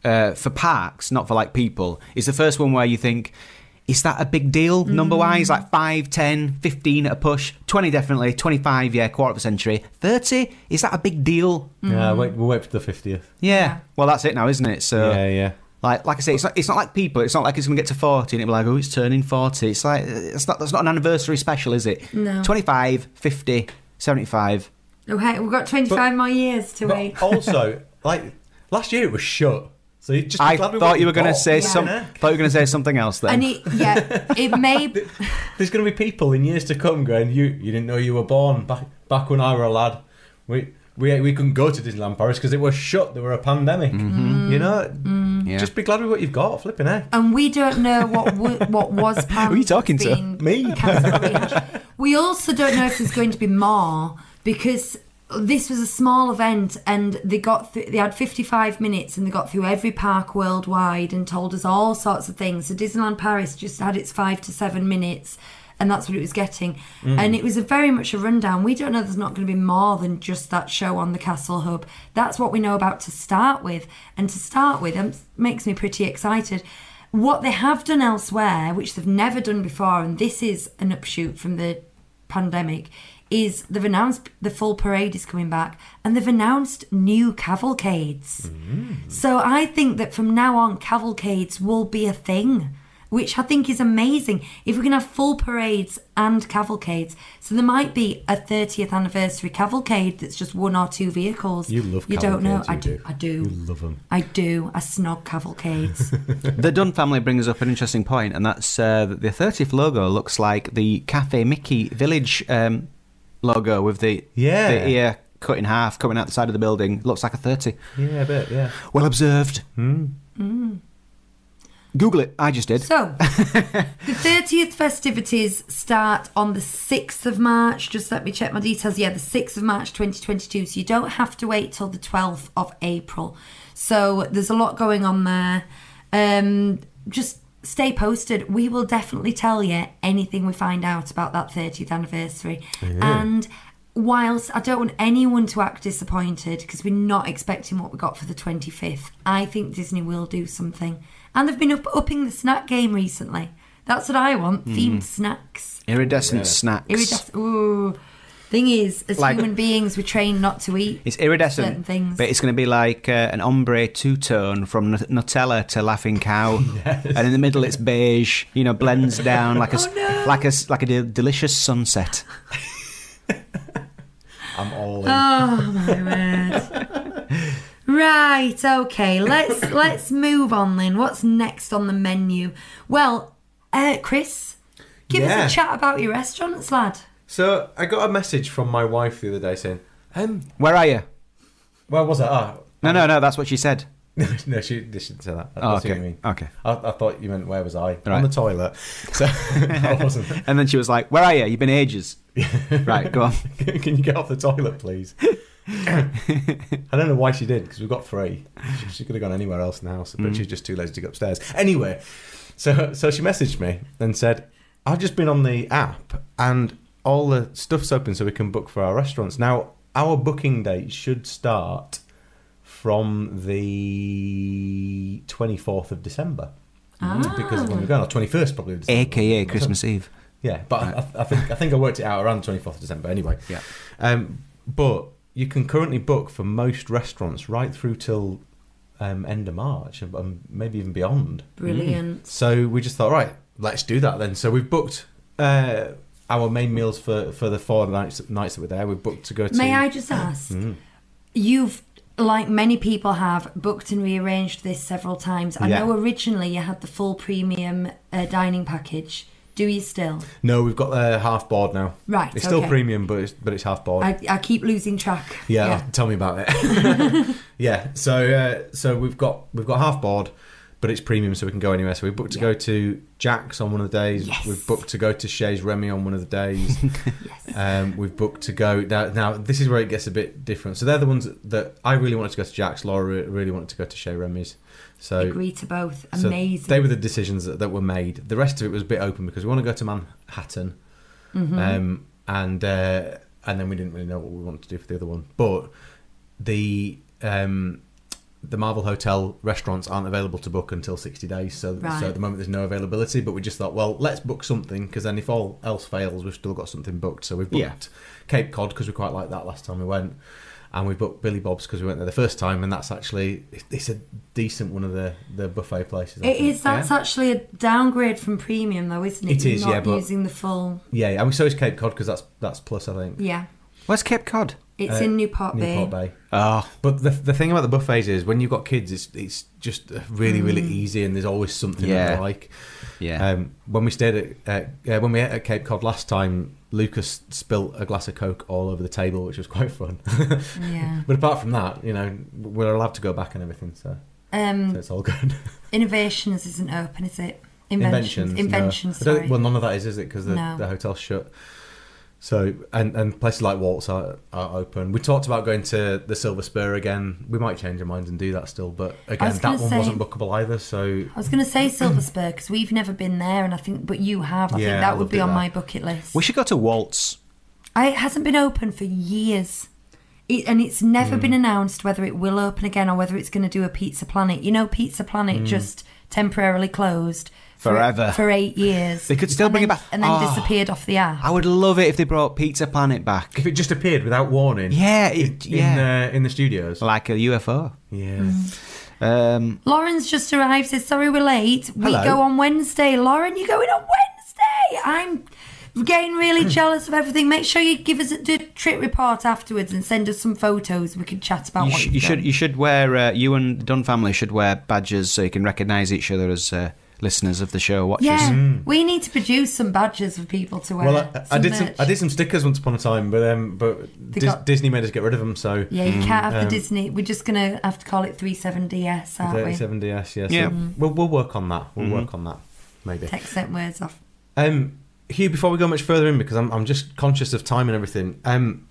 Speaker 1: uh, for parks, not for like people, is the first one where you think, is that a big
Speaker 2: Mm.
Speaker 1: deal number wise? Like 5, 10, 15 at a push, 20 definitely, 25, yeah, quarter of a century. 30, is that a big deal?
Speaker 2: Mm.
Speaker 3: Yeah, wait, we'll wait for the fiftieth.
Speaker 1: Yeah. Well, that's it now, isn't it? So.
Speaker 3: Yeah, yeah.
Speaker 1: Like, like I say, it's not, it's not like people. It's not like it's going to get to forty and it'll be like, oh, it's turning forty. It's like it's not that's not an anniversary special, is it?
Speaker 2: No.
Speaker 1: 25, 50, 75.
Speaker 2: Okay, we've got 25
Speaker 3: But-
Speaker 2: more years to wait.
Speaker 3: But also, like last year it was shut. So you just
Speaker 1: I thought you were going to say
Speaker 2: Yeah.
Speaker 1: some. Thought you were going to say something else then.
Speaker 2: And it, yeah, it may.
Speaker 3: There's going to be people in years to come going, you you didn't know you were born back back when I were a lad. We we we couldn't go to Disneyland Paris because it was shut. There were a pandemic. You know,
Speaker 2: Mm-hmm.
Speaker 1: Yeah.
Speaker 3: just be glad with what you've got. Flipping heck.
Speaker 2: and we don't know what w- what was planned.
Speaker 1: Who are you talking to?
Speaker 2: being
Speaker 3: Me?
Speaker 2: cancelled or rehashed. we also don't know if there's going to be more because this was a small event and they got th- they had 55 minutes and they got through every park worldwide and told us all sorts of things. So Disneyland Paris just had its five to seven minutes. And that's what it was getting.
Speaker 1: Mm.
Speaker 2: And it was a very much a rundown. We don't know there's not going to be more than just that show on the Castle Hub. That's what we know about to start with. And to start with, um, makes me pretty excited what they have done elsewhere, which they've never done before, and this is an upshoot from the pandemic, is they've announced the full parade is coming back and they've announced new cavalcades.
Speaker 3: Mm.
Speaker 2: So I think that from now on, cavalcades will be a thing, which I think is amazing. If we can have full parades and cavalcades, so there might be a 30th anniversary cavalcade that's just one or two vehicles.
Speaker 3: You love
Speaker 2: You don't know.
Speaker 3: cavalcades,
Speaker 2: I
Speaker 3: you
Speaker 2: do. I
Speaker 3: do.
Speaker 2: do.
Speaker 3: You love 'em.
Speaker 2: I do. I snog cavalcades.
Speaker 1: The Dunn family brings up an interesting point, and that's uh, that the 30th logo looks like the Cafe Mickey Village um, logo with the
Speaker 3: Yeah.
Speaker 1: the ear cut in half coming out the side of the building. Looks like a 30.
Speaker 3: Yeah, a bit. Yeah.
Speaker 1: Well observed. Google it. I just did.
Speaker 2: Hmm. So, the 30th festivities start on the 6th of March. Just let me check my details. Yeah, the 6th of March 2022. So, you don't have to wait till the 12th of April. So, there's a lot going on there. Um, just stay posted. We will definitely tell you anything we find out about that 30th anniversary. And whilst I don't want anyone to act disappointed because we're not expecting what we got for the 25th, I think Disney will do something. And they've been up- upping the snack game recently. That's what I want
Speaker 1: Hmm.
Speaker 2: themed snacks.
Speaker 1: Iridescent snacks.
Speaker 2: Iridescent. Ooh. Thing is, as
Speaker 1: Like-
Speaker 2: human beings, we're trained not to eat.
Speaker 1: It's iridescent,
Speaker 2: Certain things.
Speaker 1: but it's going to be like uh, an ombre two tone from Nut- Nutella to Laughing Cow, and in the middle it's beige. You know, blends down like a s-
Speaker 2: Oh, no.
Speaker 1: like a s- like a de- delicious sunset.
Speaker 3: I'm all in.
Speaker 2: Oh my word. Right, okay. Let's let's move on then. What's next on the menu? Well, uh, Chris, give
Speaker 3: Yeah.
Speaker 2: us a chat about your restaurants, lad.
Speaker 3: so I got a message from my wife the other day saying, um,
Speaker 1: Where are you?
Speaker 3: where was I? Ah,
Speaker 1: No, no, no. That's what she said.
Speaker 3: no, she, they shouldn't say that. That's
Speaker 1: Oh,
Speaker 3: what
Speaker 1: okay.
Speaker 3: you mean.
Speaker 1: Okay.
Speaker 3: I, I thought you meant where was I?
Speaker 1: Right.
Speaker 3: On the toilet. So I Oh, wasn't.
Speaker 1: And then she was like, "Where are you? You've been ages." right, go on.
Speaker 3: Can you get off the toilet, please? I don't know why she did because we've got three. She, she could have gone anywhere else in the house, but
Speaker 1: Mm.
Speaker 3: she's just too lazy to go upstairs. Anyway, so so she messaged me and said, "I've just been on the app and all the stuff's open, so we can book for our restaurants now. Our booking date should start from the twenty fourth of December." Because of when we're going, or twenty first probably. of December.
Speaker 1: AKA Christmas Eve.
Speaker 3: Yeah, but I, I, I think I think I worked it out around twenty fourth of December anyway.
Speaker 1: Yeah.
Speaker 3: Um, but you can currently book for most restaurants right through till um, end of March, and um, maybe even beyond.
Speaker 2: Brilliant.
Speaker 3: So we just thought, right, let's do that then. So we've booked uh, our main meals for, for the four nights nights that were there. We've booked to go to.
Speaker 2: May I just ask?
Speaker 3: Mm.
Speaker 2: You've, like many people have, booked and rearranged this several times. I
Speaker 3: Yeah.
Speaker 2: know originally you had the full premium uh, dining package. Do you still?
Speaker 3: No, we've got the half board now.
Speaker 2: Right,
Speaker 3: It's still
Speaker 2: okay.
Speaker 3: premium, but it's, but it's half board.
Speaker 2: I, I keep losing track.
Speaker 3: yeah, tell me about it. yeah, so uh, so we've got we've got half board, but it's premium, so we can go anywhere. So we booked to
Speaker 2: Yeah.
Speaker 3: go to Jack's on one of the days.
Speaker 2: Yes.
Speaker 3: We've booked to go to Shays Remy on one of the days.
Speaker 2: Yes.
Speaker 3: um, we've booked to go now. Now this is where it gets a bit different. So they're the ones that, that I really wanted to go to Jack's. Laura re- really wanted to go to Shays Remy's. So
Speaker 2: Agree to both.
Speaker 3: so
Speaker 2: Amazing.
Speaker 3: they were the decisions that, that were made. The rest of it was a bit open because we want to go to Manhattan,
Speaker 2: Mm-hmm.
Speaker 3: um, and uh, and then we didn't really know what we wanted to do for the other one. But the um, the Marvel Hotel restaurants aren't available to book until sixty days. So
Speaker 2: Right.
Speaker 3: so at the moment there's no availability. But we just thought, well, let's book something because then if all else fails, we've still got something booked. So we've booked
Speaker 1: Yeah.
Speaker 3: Cape Cod because we quite liked that last time we went. And we booked Billy Bob's because we went there the first time, and that's actually it's a decent one of the, the buffet places. I
Speaker 2: It
Speaker 3: think.
Speaker 2: is. That's
Speaker 3: Yeah.
Speaker 2: actually a downgrade from premium, though, isn't it?
Speaker 3: It is,
Speaker 2: You're Not
Speaker 3: yeah, but-
Speaker 2: using the full.
Speaker 3: yeah, yeah. I mean, so is Cape Cod because that's that's plus, I think.
Speaker 2: Yeah,
Speaker 1: Where's Cape Cod?
Speaker 2: it's
Speaker 3: Uh,
Speaker 2: in Newport,
Speaker 3: Newport
Speaker 2: Bay.
Speaker 3: Bay.
Speaker 1: Oh,
Speaker 3: But the, the thing about the buffets is when you've got kids, it's it's just really
Speaker 2: Mm.
Speaker 3: really easy, and there's always something that
Speaker 1: Yeah.
Speaker 3: they like.
Speaker 1: yeah.
Speaker 3: Um, when we stayed at uh, uh, when we ate at Cape Cod last time, Lucas spilt a glass of Coke all over the table, which was quite fun.
Speaker 2: Yeah.
Speaker 3: but apart from that, you know, we're allowed to go back and everything, so, so
Speaker 2: Um,
Speaker 3: it's all good.
Speaker 2: innovations isn't open, is it? Inventions.
Speaker 3: no.
Speaker 2: Inventions.
Speaker 3: I don't
Speaker 2: sorry.
Speaker 3: think- well, none of that is, is it? Because the,
Speaker 2: No.
Speaker 3: the hotel's shut. So and and places like Waltz are, are open. We talked about going to the Silver Spur again. We might change our minds and do that still, but again,
Speaker 2: was
Speaker 3: that
Speaker 2: gonna
Speaker 3: one
Speaker 2: say-
Speaker 3: wasn't bookable either. So
Speaker 2: I was going to say Silver Spur because we've never been there, and I think, but you have. I
Speaker 3: Yeah,
Speaker 2: think
Speaker 3: I
Speaker 2: that would
Speaker 3: loved
Speaker 2: be
Speaker 3: it
Speaker 2: on
Speaker 3: there.
Speaker 2: my bucket list.
Speaker 1: we should go to Waltz.
Speaker 2: I, it hasn't been open for years. It, and it's
Speaker 1: Mm.
Speaker 2: never been announced whether it will open again or whether it's going to do a Pizza Planet. You know, Pizza Planet just temporarily closed
Speaker 1: Mm.
Speaker 2: for-
Speaker 1: Forever.
Speaker 2: for, eight years.
Speaker 1: They could still
Speaker 2: And
Speaker 1: bring it
Speaker 2: then-
Speaker 1: back.
Speaker 2: and then
Speaker 1: Oh.
Speaker 2: disappeared off the app.
Speaker 1: I would love it if they brought Pizza Planet back.
Speaker 3: if it just appeared without warning,
Speaker 1: Yeah,
Speaker 3: in-
Speaker 1: it- yeah.
Speaker 3: in uh, in the studios,
Speaker 1: like a UFO.
Speaker 3: yeah.
Speaker 2: Mm.
Speaker 1: Um,
Speaker 2: Lauren's just arrived. Says sorry we're late. We
Speaker 1: Hello.
Speaker 2: go on Wednesday. Lauren, you're going on Wednesday. I'm getting really jealous of everything. Make sure you give us a do a trip report afterwards and send us some photos. We can chat about
Speaker 1: you,
Speaker 2: what
Speaker 1: sh-
Speaker 2: you've
Speaker 1: you
Speaker 2: done.
Speaker 1: should you should wear uh, you and the Dunn family should wear badges so you can recognise each other as uh, listeners of the show watchers.
Speaker 2: Yeah, Mm-hmm. we need to produce some badges for people to wear.
Speaker 3: Mm. Well, I, I
Speaker 2: Some
Speaker 3: did some
Speaker 2: merch.
Speaker 3: I did some stickers once upon a time, but um, but Dis-
Speaker 2: got-
Speaker 3: Disney made us get rid of them. So
Speaker 2: Yeah, you can't have
Speaker 3: um,
Speaker 2: the Disney. We're just gonna have to call it 37DS, aren't we?
Speaker 3: 37 DS, yeah. So
Speaker 1: Yeah. Mm-hmm.
Speaker 3: We'll, we'll work on that. We'll work on that, maybe.
Speaker 2: Text sent words off.
Speaker 3: Um, Hugh, before we go much further in, because I'm, I'm just conscious of time and everything, um,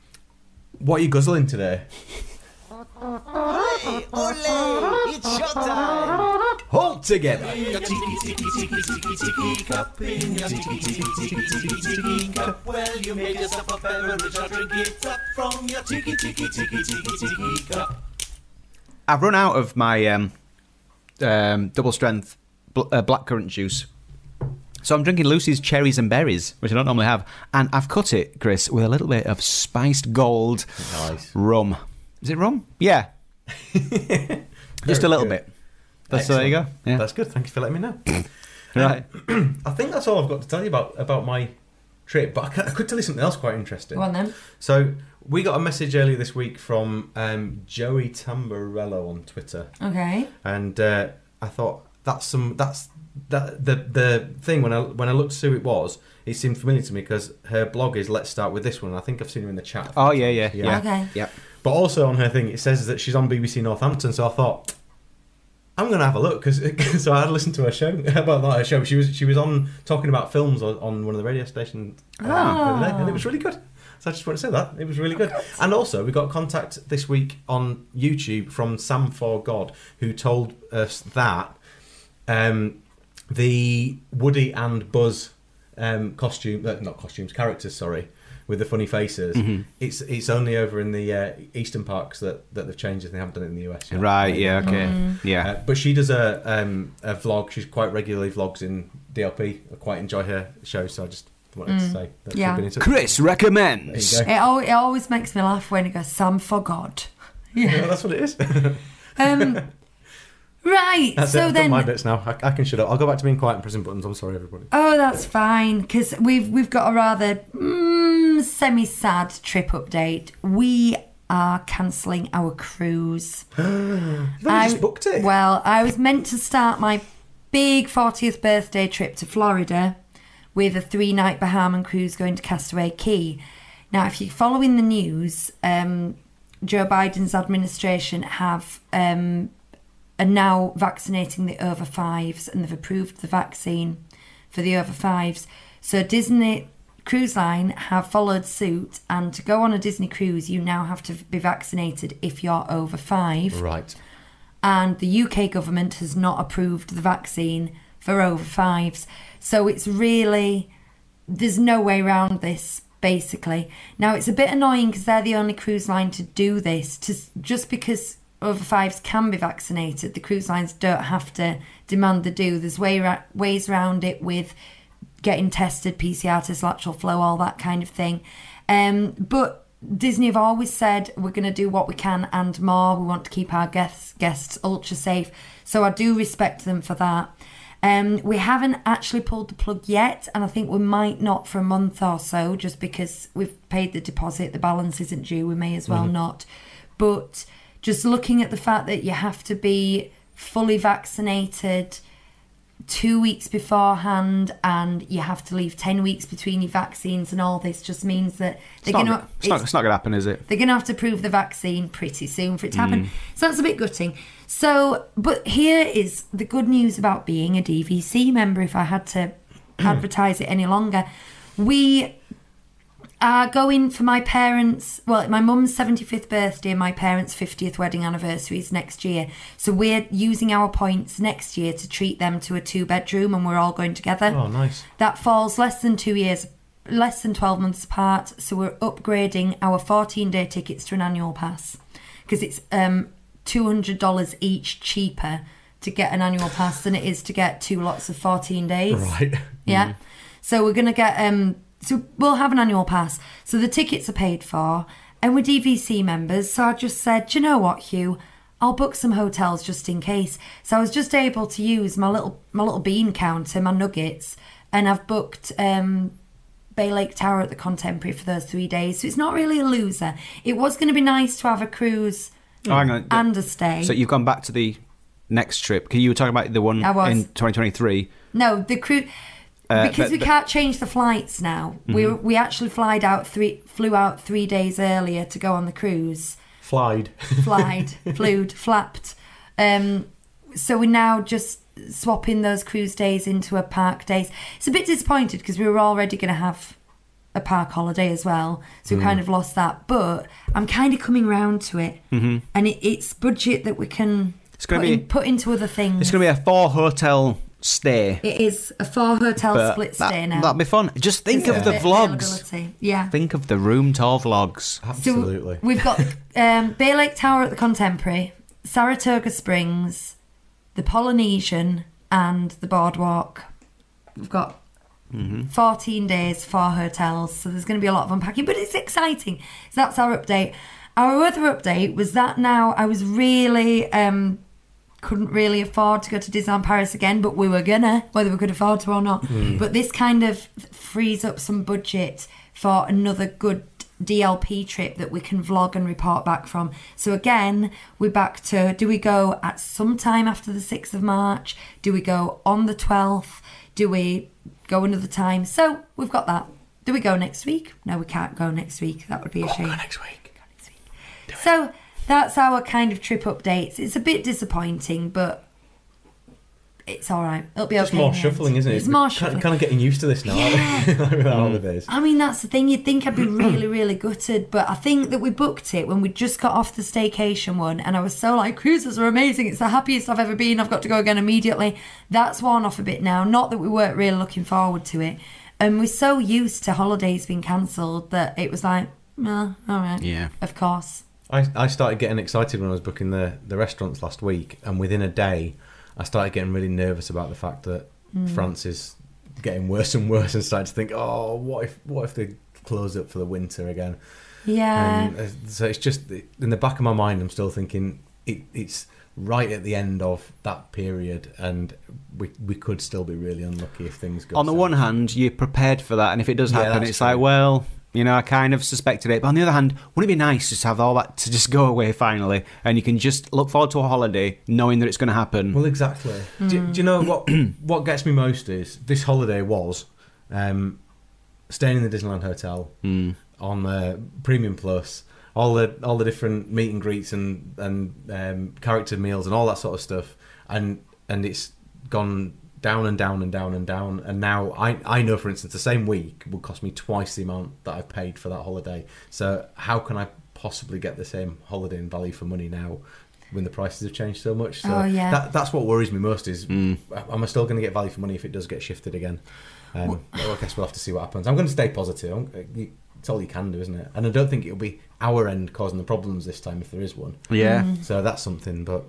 Speaker 3: what are you guzzling today?
Speaker 4: It's showtime!
Speaker 3: Hold together!
Speaker 4: Well, you made yourself a beverage, I'll drink it up from your tiki tiki tiki tiki tiki cup.
Speaker 1: I've run out of my um, um, double strength bl- uh, blackcurrant juice, so I'm drinking Lucy's cherries and berries, which I don't normally have, and I've cut it, Chris, with a little bit of spiced gold
Speaker 3: Nice.
Speaker 1: rum. Is it rum? Yeah, just a
Speaker 3: Very
Speaker 1: little
Speaker 3: good.
Speaker 1: bit. That's so there you go.
Speaker 3: Excellent.
Speaker 1: Yeah,
Speaker 3: That's good. Thank you for letting me know.
Speaker 1: right.
Speaker 3: I think that's all I've got to tell you about about my trip, but I, ca- I could tell you something else quite interesting.
Speaker 2: Go on then.
Speaker 3: So, we got a message earlier this week from um, Joey Tamburello on Twitter.
Speaker 2: Okay.
Speaker 3: and uh, I thought that's some that's that the the thing when I when I looked to see who it was, it seemed familiar to me because her blog is Let's Start with This One. and I think I've seen her in the chat.
Speaker 1: Oh yeah, yeah,
Speaker 3: Yeah.
Speaker 1: yeah.
Speaker 2: Okay.
Speaker 1: Yep.
Speaker 3: But also on her thing, it says that she's on BBC Northampton, so I thought. I'm gonna have a look because so I had listened to her show. Well, not her show. But she was she was on talking about films on, on one of the radio stations, uh, the other day, and it was really good. So I just want to say that it was really good. And also, we got contact this week on YouTube from Sam for God, who told us that um, the Woody and Buzz um, costume, uh, not costumes, characters, sorry, with the funny faces. It's it's only over in the uh, Eastern parks that, that they've changed it. They haven't done it in the US. Yet.
Speaker 1: Right. Yeah. Okay. Yeah.
Speaker 3: Uh, but she does a um, a vlog. She's quite regularly vlogs in DLP. I quite enjoy her show, so I just wanted to say that
Speaker 2: Mm. Yeah.
Speaker 3: she's been in touch.
Speaker 1: Chris recommends.
Speaker 3: There you
Speaker 2: It, al- it always makes me laugh when it goes. Sam forgot.
Speaker 3: go. that's what it is.
Speaker 2: Um, Right.
Speaker 3: That's
Speaker 2: so
Speaker 3: it. I've
Speaker 2: then
Speaker 3: done my bits now. I, I can shut up. I'll go back to being quiet and pressing buttons. I'm sorry, everybody.
Speaker 2: Oh, that's fine because we've we've got a rather mm, semi-sad trip update. We are cancelling our cruise.
Speaker 3: You've only just booked it.
Speaker 2: Well, I was meant to start my big 40th birthday trip to Florida with a three-night Bahamian cruise going to Castaway Key. Now, if you're following the news, um, Joe Biden's administration have um, are now vaccinating the over fives and they've approved the vaccine for the over fives. So Disney Cruise Line have followed suit, and to go on a Disney cruise, you now have to be vaccinated if you're over five
Speaker 3: Right.
Speaker 2: and the UK government has not approved the vaccine for over fives. So it's really, there's no way around this, basically. Now, it's a bit annoying because they're the only cruise line to do this, to, just because over fives can be vaccinated, the cruise lines don't have to demand they do. There's way ra- ways around it with getting tested, PCR test, lateral flow, all that kind of thing. Um, but Disney have always said we're going to do what we can and more. We want to keep our guests guests ultra safe, so I do respect them for that. Um, we haven't actually pulled the plug yet, and I think we might not for a month or so, just because we've paid the deposit, the balance isn't due. We may as well
Speaker 1: Mm-hmm.
Speaker 2: not. But just looking at the fact that you have to be fully vaccinated two weeks beforehand and you have to leave 10 weeks between your vaccines and all this just means that they're
Speaker 1: It's not,
Speaker 2: going
Speaker 1: gonna, it's not, it's not going to happen, is it?
Speaker 2: they're going to have to prove the vaccine pretty soon for it to happen. So that's a bit gutting. So, but here is the good news about being a DVC member, if I had to advertise it any longer. We are going for my parents, well, my mum's 75th birthday and my parents' 50th wedding anniversaries next year. So we're using our points next year to treat them to a two bedroom and we're all going together
Speaker 3: Oh, nice.
Speaker 2: that falls less than two years, less than 12 months apart. So we're upgrading our 14 day tickets to an annual pass because it's um, $200 each cheaper to get an annual pass than it is to get two lots of 14 days.
Speaker 3: Right.
Speaker 2: Yeah. So we're gonna get um so we'll have an annual pass. So the tickets are paid for and we're DVC members, so I just said, Do you know what, Hugh? I'll book some hotels just in case. So I was just able to use my little my little bean counter, my nuggets, and I've booked um Bay Lake Tower at the Contemporary for those three days. So it's not really a loser. It was gonna be nice to have a cruise
Speaker 1: Oh, hang on.
Speaker 2: Mm. and a stay.
Speaker 1: So you've gone back to the next trip. 'Cause You were talking about the one
Speaker 2: I was.
Speaker 1: in 2023.
Speaker 2: No, the crew
Speaker 1: Uh,
Speaker 2: because
Speaker 1: but- Mm-hmm.
Speaker 2: we
Speaker 1: but-
Speaker 2: can't change the flights now. We we actually flied out three flew out three days earlier to go on the cruise.
Speaker 3: Flied.
Speaker 2: Flied, flewed, flapped. Um, so we're now just swapping those cruise days into a park days. It's a bit disappointed because we were already going to have a park holiday as well, so
Speaker 1: Mm-hmm.
Speaker 2: we kind of lost that. But I'm kind of coming round to it, and it, it's budget that we can
Speaker 1: It's Mm-hmm.
Speaker 2: put,
Speaker 1: gonna be-
Speaker 2: in, put into other things.
Speaker 1: It's going to be a four hotel stay.
Speaker 2: It is a four hotel
Speaker 1: but
Speaker 2: split
Speaker 1: that,
Speaker 2: stay now.
Speaker 1: That'd be fun. Just think of the
Speaker 2: Bit
Speaker 1: vlogs.
Speaker 2: availability. Yeah.
Speaker 1: Think of the room tour vlogs.
Speaker 2: So
Speaker 3: Absolutely.
Speaker 2: we've got um, Bay Lake Tower at the Contemporary, Saratoga Springs, the Polynesian, and the Boardwalk. We've got 14 days, four hotels. So there's going to be a lot of unpacking, but it's exciting. So that's our update. Our other update was that now I was really. Um, couldn't really afford to go to Disneyland Paris again, but we were gonna, whether we could afford to or not. But this kind of frees up some budget for another good DLP trip that we can vlog and report back from. So again, we're back to do we go at some time after the 6th of March? Do we go on the 12th? Do we go another time? So we've got that. Do we go next week? No, we can't go next week. That would be a shame.
Speaker 3: Next week.
Speaker 2: So that's our kind of trip updates. It's a bit disappointing, but it's all right. It'll be
Speaker 3: It's
Speaker 2: okay. in
Speaker 3: more
Speaker 2: the
Speaker 3: shuffling,
Speaker 2: end.
Speaker 3: isn't it?
Speaker 2: It's more
Speaker 3: Kind-
Speaker 2: shuffling.
Speaker 3: Kind of getting used to this now. aren't we? With all of this.
Speaker 2: I mean, that's the thing. You'd think I'd be really, really gutted, but I think that we booked it when we just got off the staycation one, and I was so like, cruises are amazing. It's the happiest I've ever been. I've got to go again immediately. That's worn off a bit now. Not that we weren't really looking forward to it, and we're so used to holidays being cancelled that it was like, nah, all right,
Speaker 1: Yeah.
Speaker 2: of course.
Speaker 3: I, I started getting excited when I was booking the, the restaurants last week, and within a day, I started getting really nervous about the fact that France is getting worse and worse, and started to think, oh, what if what if they close up for the winter again? uh,
Speaker 2: Yeah.
Speaker 3: Um, And, uh, so it's just in the back of my mind, I'm still thinking it, it's right at the end of that period, and we we could still be really unlucky if things go.
Speaker 1: on the
Speaker 3: south.
Speaker 1: one hand, you're prepared for that, and if it does
Speaker 3: Yeah,
Speaker 1: happen,
Speaker 3: that's
Speaker 1: it's
Speaker 3: true.
Speaker 1: like, well, you know, I kind of suspected it. But on the other hand, wouldn't it be nice just to have all that to just go away finally, and you can just look forward to a holiday knowing that it's going to happen?
Speaker 3: Well, exactly. Do, do you know what? what gets me most is this holiday was um, staying in the Disneyland hotel on the Premium Plus, all the all the different meet and greets and and um, character meals and all that sort of stuff, and and it's gone down and down and down and down and now I, I know for instance the same week will cost me twice the amount that I've paid for that holiday so how can I possibly get the same holiday and value for money now when the prices have changed so much so
Speaker 2: Oh, yeah.
Speaker 3: that, that's what worries me most is
Speaker 1: Hmm.
Speaker 3: am I still going to get value for money if it does get shifted again? Um, well, I guess we'll have to see what happens. I'm going to stay positive. I'm, uh, you- it's all you can do, isn't it? And I don't think it'll be our end causing the problems this time if there is one.
Speaker 1: yeah.
Speaker 2: Hmm.
Speaker 3: So that's something. But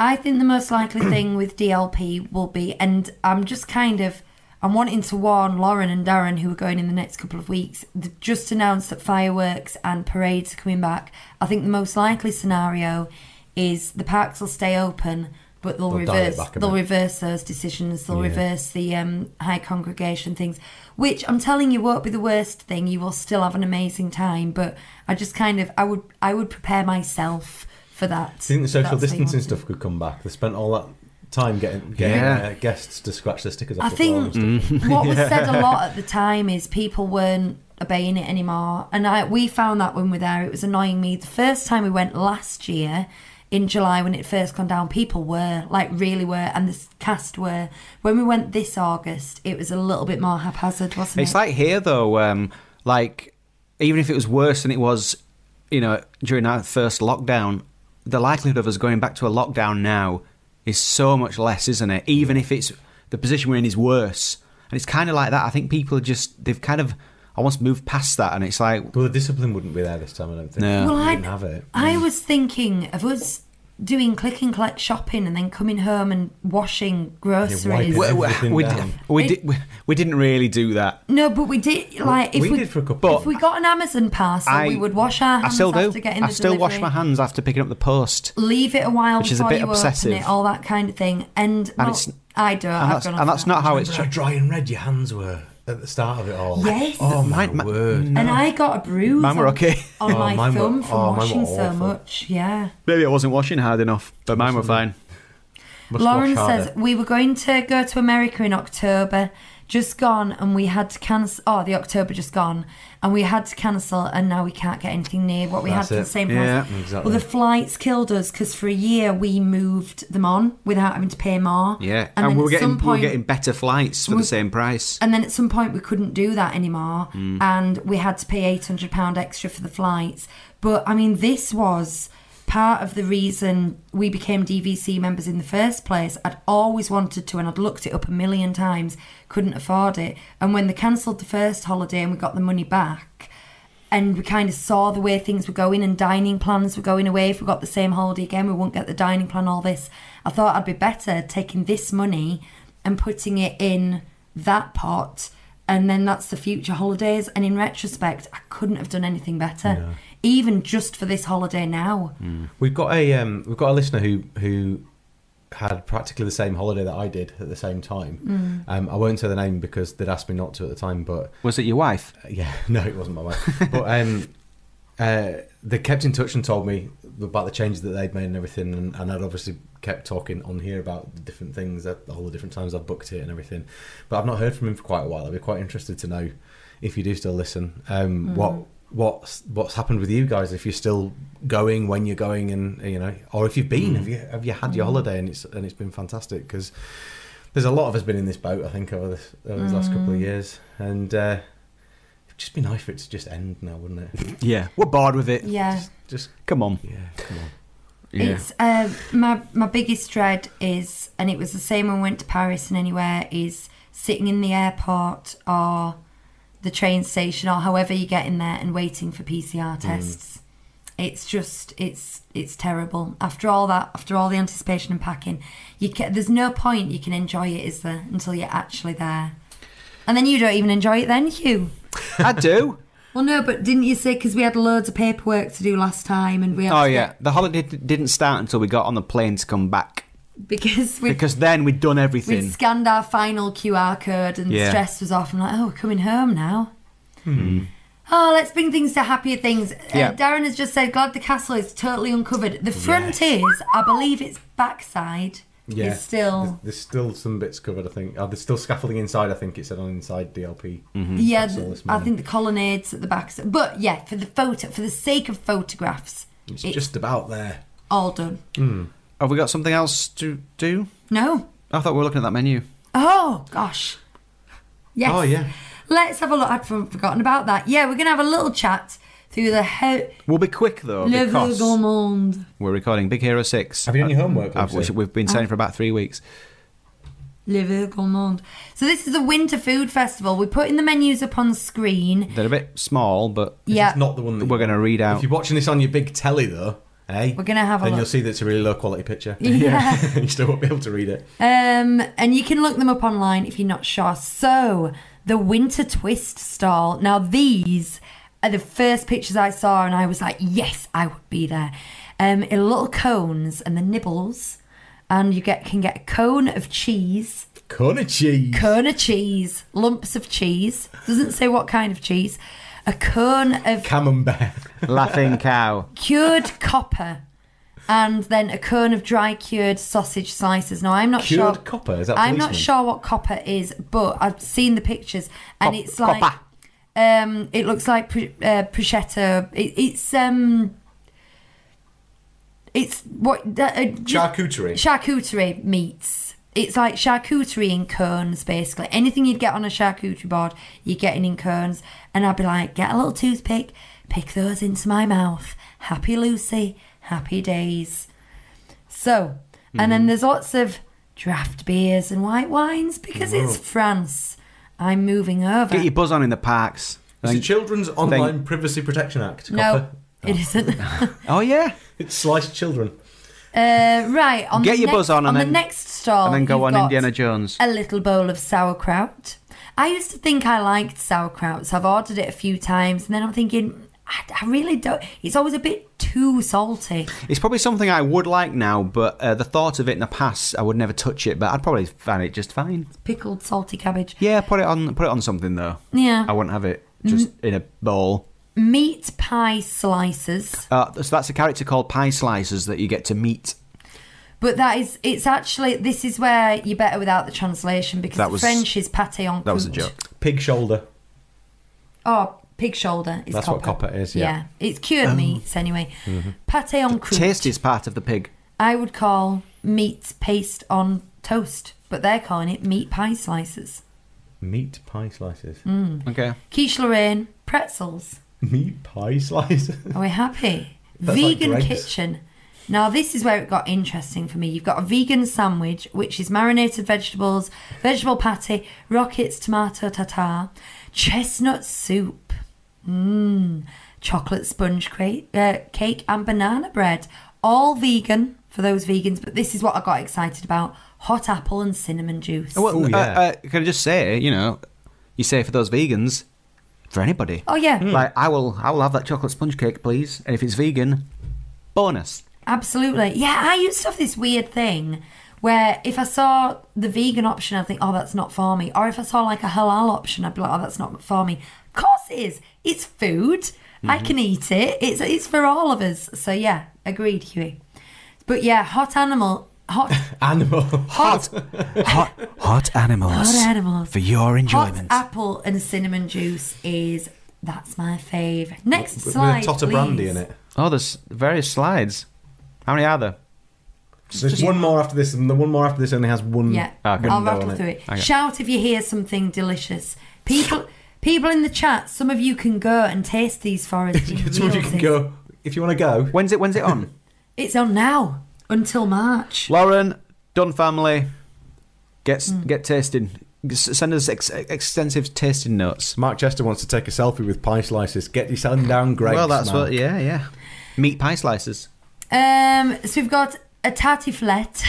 Speaker 2: I think the most likely thing with DLP will be, and I'm just kind of, I'm wanting to warn Lauren and Darren, who are going in the next couple of weeks, they've just announced that fireworks and parades are coming back. I think the most likely scenario is the parks will stay open, but they'll,
Speaker 3: They'll dial it
Speaker 2: reverse,
Speaker 3: back a
Speaker 2: they'll
Speaker 3: bit.
Speaker 2: reverse those decisions, they'll
Speaker 3: Yeah.
Speaker 2: reverse the um, high congregation things, which I'm telling you won't be the worst thing. You will still have an amazing time, but I just kind of, I would, I would prepare myself. For that,
Speaker 3: do you think the social
Speaker 2: That's what you
Speaker 3: distancing
Speaker 2: want.
Speaker 3: stuff could come back? They spent all that time getting, getting
Speaker 1: Yeah.
Speaker 3: uh, guests to scratch their stickers off
Speaker 2: I
Speaker 3: the floor
Speaker 2: think
Speaker 3: and stuff.
Speaker 2: what was said a lot at the time is people weren't obeying it anymore, and I we found that when we were there, it was annoying me. The first time we went last year in July when it first gone down, people were like really were, and the s- cast were. When we went this August, it was a little bit more haphazard, wasn't
Speaker 1: It's
Speaker 2: it?
Speaker 1: like here though, um, like even if it was worse than it was, you know, during our first lockdown, the likelihood of us going back to a lockdown now is so much less, isn't it? Even if it's the position we're in is worse, and it's kind of like that. I think people just they've kind of almost moved past that, and it's like,
Speaker 3: Well, the discipline wouldn't be there this time, I don't think.
Speaker 1: No.
Speaker 2: Well,
Speaker 3: They
Speaker 2: I-
Speaker 3: didn't have it.
Speaker 2: I was thinking of us doing click and collect shopping and then coming home and washing groceries.
Speaker 1: we, we,
Speaker 3: Everything
Speaker 1: we,
Speaker 3: down.
Speaker 1: we, did, we, we didn't really do that.
Speaker 2: no, but we did like if
Speaker 3: we
Speaker 2: we,
Speaker 3: did for a couple.
Speaker 2: If we got an Amazon parcel,
Speaker 1: I
Speaker 2: we would wash our hands
Speaker 1: I still do.
Speaker 2: after getting
Speaker 1: I
Speaker 2: the
Speaker 1: still wash
Speaker 2: delivery.
Speaker 1: my hands after picking up the post.
Speaker 2: leave it a while
Speaker 1: Which is a
Speaker 2: before
Speaker 1: bit
Speaker 2: you
Speaker 1: obsessive.
Speaker 2: open it, all that kind of thing. And, well,
Speaker 1: it's-
Speaker 2: I don't.
Speaker 1: And
Speaker 2: I've
Speaker 1: that's,
Speaker 2: gone
Speaker 1: and
Speaker 2: off
Speaker 1: that's
Speaker 2: that.
Speaker 1: not how it's.
Speaker 3: Remember how dry and red your hands were at the start of it all?
Speaker 2: Yes.
Speaker 3: Oh, my,
Speaker 1: Mine- my-
Speaker 3: word.
Speaker 2: And I got a bruise
Speaker 1: Mine were
Speaker 2: on-
Speaker 1: okay.
Speaker 2: on
Speaker 3: Oh,
Speaker 2: my
Speaker 3: mine were-
Speaker 2: thumb
Speaker 3: oh,
Speaker 2: from
Speaker 3: mine were
Speaker 2: washing so
Speaker 3: awful.
Speaker 2: much. Yeah.
Speaker 1: Maybe I wasn't washing hard enough, but mine were fine.
Speaker 3: Must
Speaker 2: Lauren
Speaker 3: wash harder.
Speaker 2: says we were going to go to America in October, just gone, and we had to cancel. Oh, the October just gone, and we had to cancel, and now we can't get anything near what we
Speaker 3: That's
Speaker 2: had for
Speaker 3: it.
Speaker 2: the same
Speaker 1: Yeah,
Speaker 2: price.
Speaker 3: exactly.
Speaker 2: Well, the flights killed us because for a year we moved them on without having to pay more.
Speaker 1: Yeah,
Speaker 2: and,
Speaker 1: and,
Speaker 2: then
Speaker 1: we
Speaker 2: at
Speaker 1: we're getting
Speaker 2: some
Speaker 1: we
Speaker 2: point
Speaker 1: we're getting better flights for
Speaker 2: we-
Speaker 1: the same price.
Speaker 2: and then at some point we couldn't do that anymore and we had to pay 800 pound extra for the flights but i mean this was part of the reason we became dvc members in the first place i'd always wanted to and i'd looked it up a million times couldn't afford it and when they cancelled the first holiday and we got the money back and we kind of saw the way things were going and dining plans were going away. If we got the same holiday again, we wouldn't get the dining plan, all this. I thought I'd be better taking this money and putting it in that pot. And then that's the future holidays. And in retrospect, I couldn't have done anything better, even just for this holiday now.
Speaker 3: We've got a um, we've got a listener who who had practically the same holiday that I did at the same time. Um, I won't say the name because they'd asked me not to at the time, but
Speaker 1: Was it your wife?
Speaker 3: yeah, no, it wasn't my wife. but um, uh, they kept in touch and told me about the changes that they'd made and everything, and, and I'd obviously kept talking on here about the different things at all the different times I've booked it and everything. But I've not heard from him for quite a while. I'd be quite interested to know if you do still listen. Um, What what's what's happened with you guys? If you're still going when you're going, and you know, or if you've been, have you have you had your holiday and it's and it's been fantastic because. There's a lot of us been in this boat, I think, over this over these last couple of years, and uh, It'd just be nice for it to just end now, wouldn't it?
Speaker 1: Yeah, we're bored with it.
Speaker 2: Yeah.
Speaker 3: Just, just
Speaker 1: Come on.
Speaker 3: yeah, come on.
Speaker 2: It's uh, my my biggest dread is, and it was the same when we went to Paris and anywhere is sitting in the airport or the train station or however you get in there and waiting for PCR tests. It's just it's it's terrible. After all that, after all the anticipation and packing, you ca there's no point you can enjoy it, is there? Until you're actually there, and then you don't even enjoy it. Then Hugh.
Speaker 1: I do.
Speaker 2: Well, no, but didn't you say because we had loads of paperwork to do last time and we had
Speaker 1: Oh
Speaker 2: to
Speaker 1: yeah,
Speaker 2: get-
Speaker 1: the holiday d- didn't start until we got on the plane to come back
Speaker 2: because we
Speaker 1: because then we'd done
Speaker 2: we
Speaker 1: everything.
Speaker 2: scanned our final QR code and
Speaker 1: Yeah. Hmm.
Speaker 2: stress was off. I'm like, oh, we're coming home now.
Speaker 3: Hmm.
Speaker 2: Oh, let's bring things to happier things.
Speaker 1: Yeah.
Speaker 2: Uh, Darren has just said, glad the castle is totally uncovered. The front is, I believe it's backside,
Speaker 3: Yeah.
Speaker 2: is still.
Speaker 3: There's, there's still some bits covered, I think. Oh, there's still scaffolding inside, I think it said on Inside DLP.
Speaker 2: Hmm.
Speaker 1: Mm-hmm.
Speaker 2: Yeah,
Speaker 3: That's all this
Speaker 2: I
Speaker 3: morning.
Speaker 2: think the colonnades at the back. But yeah, for the photo, for the sake of photographs,
Speaker 3: It's
Speaker 2: it's
Speaker 3: just about there.
Speaker 2: all done.
Speaker 1: Have we got something else to do?
Speaker 2: No.
Speaker 1: I thought we were looking at that menu.
Speaker 2: Oh gosh. Yes.
Speaker 3: Oh, yeah.
Speaker 2: Let's have a look. I'd for- forgotten about that. Yeah, we're gonna have a little chat through the ho-
Speaker 1: We'll be quick though
Speaker 2: Le
Speaker 1: because
Speaker 2: Gourmand.
Speaker 1: we're recording Big Hero Six.
Speaker 3: Have you done your homework,
Speaker 1: I've-
Speaker 3: Lucy?
Speaker 1: We've been
Speaker 2: Ah.
Speaker 1: saying for about three weeks.
Speaker 2: Le Vieux Gourmand. So this is the Winter Food Festival. We're putting the menus up on screen.
Speaker 1: They're a bit small, but
Speaker 2: Yeah.
Speaker 3: It's not the one that
Speaker 1: we're going to read
Speaker 3: If
Speaker 1: out.
Speaker 3: you're watching this on your big telly, though, eh?
Speaker 2: We're gonna have a
Speaker 3: Then
Speaker 2: look.
Speaker 3: you'll see that it's a really low quality picture.
Speaker 2: Yeah.
Speaker 3: you still won't be able to read it.
Speaker 2: Um, and you can look them up online if you're not sure. So, the Winter Twist stall. Now, these are the first pictures I saw, and I was like, yes, I would be there. Um, in little cones and the nibbles, and you get can get a cone of cheese,
Speaker 3: Corner cheese.
Speaker 2: cone of cheese, lumps of cheese. Doesn't say what kind of cheese. A cone of
Speaker 3: Camembert.
Speaker 1: Laughing cow.
Speaker 2: cured copper and then a cone of dry cured sausage slices. Now I'm not
Speaker 3: Cured
Speaker 2: sure
Speaker 3: copper? Is that
Speaker 2: I'm not
Speaker 3: policeman?
Speaker 2: sure what copper is, but I've seen the pictures and
Speaker 1: Cop-
Speaker 2: it's like
Speaker 1: copper.
Speaker 2: um it looks like pr- uh, prosciutto. It, it's um it's what uh, uh,
Speaker 3: Charcuterie.
Speaker 2: charcuterie meats. It's like charcuterie in cones, basically. Anything you'd get on a charcuterie board, you're getting in cones. And I'd be like, get a little toothpick, pick those into my mouth. Happy Lucy, happy days. So, and
Speaker 1: Mm-hmm.
Speaker 2: then there's lots of draft beers and white wines because it's France. I'm moving over.
Speaker 1: Oh. Get your buzz on in the parks.
Speaker 3: It's the
Speaker 1: Think-
Speaker 3: Children's Online Privacy Protection Act.
Speaker 2: no,
Speaker 3: Copper.
Speaker 2: it isn't.
Speaker 1: oh yeah.
Speaker 3: It's sliced children.
Speaker 2: Uh, right, on
Speaker 1: Get
Speaker 2: the
Speaker 1: your
Speaker 2: next,
Speaker 1: buzz on and
Speaker 2: the
Speaker 1: then-
Speaker 2: next stall,
Speaker 1: and then go
Speaker 2: Oh, you've
Speaker 1: on
Speaker 2: got
Speaker 1: Indiana Jones.
Speaker 2: A little bowl of sauerkraut. I used to think I liked sauerkraut, so I've ordered it a few times, and then I'm thinking, I, I really don't. It's always a bit too salty.
Speaker 1: It's probably something I would like now, but uh, the thought of it in the past, I would never touch it. But I'd probably find it just fine.
Speaker 2: Pickled salty cabbage.
Speaker 1: Yeah, put it on. Put it on something though.
Speaker 2: Yeah. Mm-hmm.
Speaker 1: I wouldn't have it just in a bowl.
Speaker 2: Meat pie slices,
Speaker 1: Uh, so that's a character called Pie Slicers that you get to meet.
Speaker 2: but that is it's actually this is where you're better without the translation because
Speaker 1: That
Speaker 2: the
Speaker 1: was-
Speaker 2: French is pate en
Speaker 1: That was a
Speaker 2: croûte.
Speaker 1: joke.
Speaker 3: Pig shoulder.
Speaker 2: Oh, pig shoulder. Is
Speaker 3: That's what copper is, yeah.
Speaker 2: it's
Speaker 1: Oh.
Speaker 2: cured meats anyway.
Speaker 1: Mm-hmm.
Speaker 2: Pate en croûte.
Speaker 1: Tastiest part of the pig.
Speaker 2: I would call meat paste on toast, but they're calling it meat pie slices.
Speaker 3: Meat pie slices.
Speaker 2: Mm.
Speaker 1: Okay.
Speaker 2: Quiche Lorraine, pretzels.
Speaker 3: Meat pie slices.
Speaker 2: Are we happy?
Speaker 3: That's like
Speaker 2: vegan
Speaker 3: grapes.
Speaker 2: kitchen. Now, this is where it got interesting for me. You've got a vegan sandwich, which is marinated vegetables, vegetable patty, rockets, tomato tartare, chestnut soup, mmm, chocolate sponge crate, uh, cake, and banana bread. All vegan for those vegans, but this is what I got excited about hot apple and cinnamon juice.
Speaker 1: Well,
Speaker 3: Ooh,
Speaker 1: uh,
Speaker 3: yeah.
Speaker 1: uh, can I just say, you know, you say for those vegans, for anybody.
Speaker 2: Oh, yeah.
Speaker 1: Like I will, I will have that chocolate sponge cake, please. And if it's vegan, bonus.
Speaker 2: Absolutely. Yeah, I used to have this weird thing where if I saw the vegan option, I'd think, oh, that's not for me. Or if I saw like a halal option, I'd be like, oh, that's not for me. Of course it is. It's food.
Speaker 3: Mm-hmm.
Speaker 2: I can eat it. It's, it's for all of us. So yeah, agreed, Huey. But yeah, hot animal, hot,
Speaker 3: Animal.
Speaker 2: hot,
Speaker 1: Hot, hot animals.
Speaker 2: Hot animals.
Speaker 1: for your
Speaker 2: hot
Speaker 1: enjoyment.
Speaker 2: apple and cinnamon juice is, that's my fave. Next
Speaker 3: With
Speaker 2: slide,
Speaker 3: a tot of
Speaker 2: please.
Speaker 3: brandy in it.
Speaker 1: Oh, there's various slides. How many are there?
Speaker 3: There's one more after this, and the one more after this only has one.
Speaker 2: Yeah,
Speaker 1: Okay.
Speaker 2: I'll
Speaker 3: window
Speaker 2: rattle
Speaker 3: Ah, on it.
Speaker 2: through it.
Speaker 1: Okay.
Speaker 2: Shout if you hear something delicious. People, people in the chat, some of you can go and taste these for us. in
Speaker 3: Some of you can
Speaker 2: Realsies.
Speaker 3: go if you want to go.
Speaker 1: When's it? When's it on?
Speaker 2: It's on now until March.
Speaker 1: Lauren, Dunn family, get
Speaker 2: Hmm.
Speaker 1: get tasting. S- Send us ex- extensive tasting notes.
Speaker 3: Mark Chester wants to take a selfie with pie slices. Get your sundown grapes.
Speaker 1: well, that's
Speaker 3: Mark.
Speaker 1: what. Yeah, yeah. Meat pie slices.
Speaker 2: Um, so we've got a tartiflette.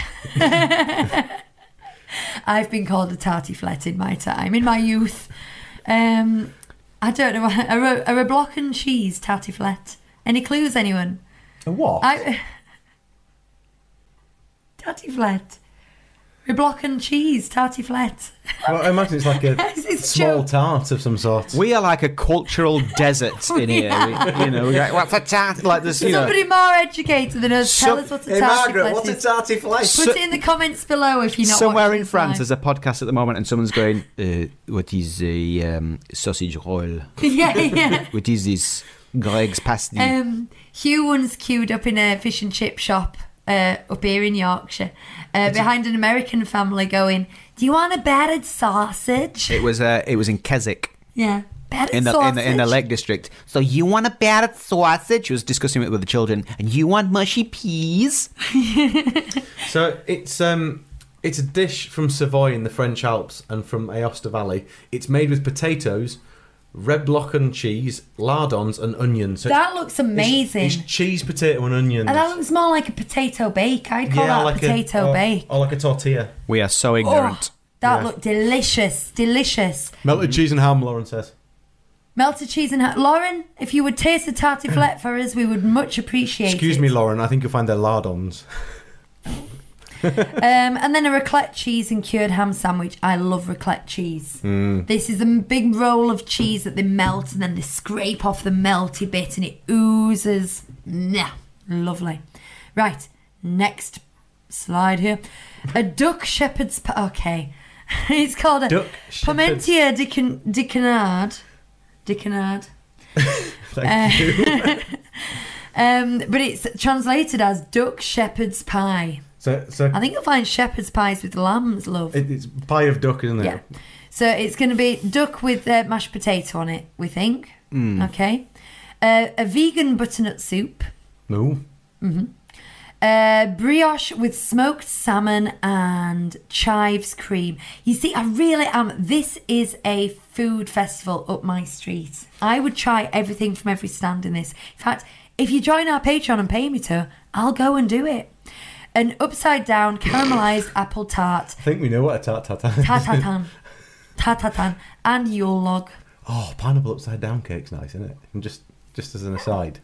Speaker 2: I've been called a tartiflette in my time, in my youth. Um, I don't know. I wrote, I wrote block and cheese tartiflette. Any clues, anyone?
Speaker 3: A what?
Speaker 2: I tartiflette. A block and cheese tartiflette.
Speaker 3: Well, I imagine it's like a
Speaker 2: Yes, it's
Speaker 3: small
Speaker 2: true.
Speaker 3: tart of some sort.
Speaker 1: We are like a cultural desert in here. We- you know, we're like, what's a tart? Like this, you know.
Speaker 2: Somebody more educated than us. Tell
Speaker 1: Some-
Speaker 2: us what a
Speaker 3: hey, Margaret,
Speaker 2: tartiflette
Speaker 3: what's a
Speaker 2: is.
Speaker 3: tartiflette?
Speaker 2: Put it in the comments below if you're not
Speaker 1: Somewhere
Speaker 2: watching
Speaker 1: in
Speaker 2: us
Speaker 1: France,
Speaker 2: live.
Speaker 1: there's a podcast at the moment, and someone's going, uh, "What is a um, sausage roll?
Speaker 2: yeah, yeah.
Speaker 1: What is this Greg's pasty?"
Speaker 2: Um, Hugh once queued up in a fish and chip shop uh, up here in Yorkshire uh, behind an American family going, Do you want a battered sausage?
Speaker 1: it was uh, it was in Keswick.
Speaker 2: Yeah. Battered
Speaker 1: in the,
Speaker 2: sausage.
Speaker 1: in the in the Lake District. So you want a battered sausage? She was discussing it with the children, and you want mushy peas?
Speaker 3: So it's um, it's a dish from Savoy in the French Alps and from Aosta Valley. It's made with potatoes, red blocken cheese, lardons, and onions. So
Speaker 2: That looks
Speaker 3: it's-
Speaker 2: amazing.
Speaker 3: It's, cheese, potato, and onions.
Speaker 2: and that looks more like a potato bake. I'd call that potato
Speaker 3: or,
Speaker 2: bake.
Speaker 3: or like a tortilla.
Speaker 1: We are so
Speaker 2: Oh,
Speaker 1: ignorant.
Speaker 2: that
Speaker 3: oh, Yeah.
Speaker 2: looked delicious. Delicious.
Speaker 3: Melted cheese and ham, Lauren says.
Speaker 2: Melted cheese and ha- Lauren, if you would taste a tartiflette for us, we would much appreciate
Speaker 3: Excuse
Speaker 2: it.
Speaker 3: me, Lauren. I think you'll find they're lardons.
Speaker 2: Um, and then a raclette cheese and cured ham sandwich. I love raclette cheese.
Speaker 3: Mm.
Speaker 2: This is a m- big roll of cheese that they melt and then they scrape off the melty bit and it oozes. Nah, lovely. Right, next slide here. A duck shepherd's pie. Okay. it's called a
Speaker 3: Duck shepherd's-
Speaker 2: Parmentier de, Can- de Canard. De Canard. Uh,
Speaker 3: Thank you.
Speaker 2: Um, but it's translated as duck shepherd's pie.
Speaker 3: So, so
Speaker 2: I think you'll find shepherd's pies with lambs, love.
Speaker 3: it, it's pie of duck, isn't it?
Speaker 2: Yeah. So it's going to be duck with uh, mashed potato on it, we think. Okay. Uh, a vegan butternut soup.
Speaker 3: No.
Speaker 2: Uh, brioche with smoked salmon and chives cream. You see, I really am. This is a food festival up my street. I would try everything from every stand in this. In fact, if you join our Patreon and pay me to, I'll go and do it. An upside down caramelized apple tart,
Speaker 3: I think we know what a tart tartan is.
Speaker 2: tatatan, tatatan, and Yule log.
Speaker 3: Oh, pineapple upside down cake's nice, isn't it? And just just as an aside.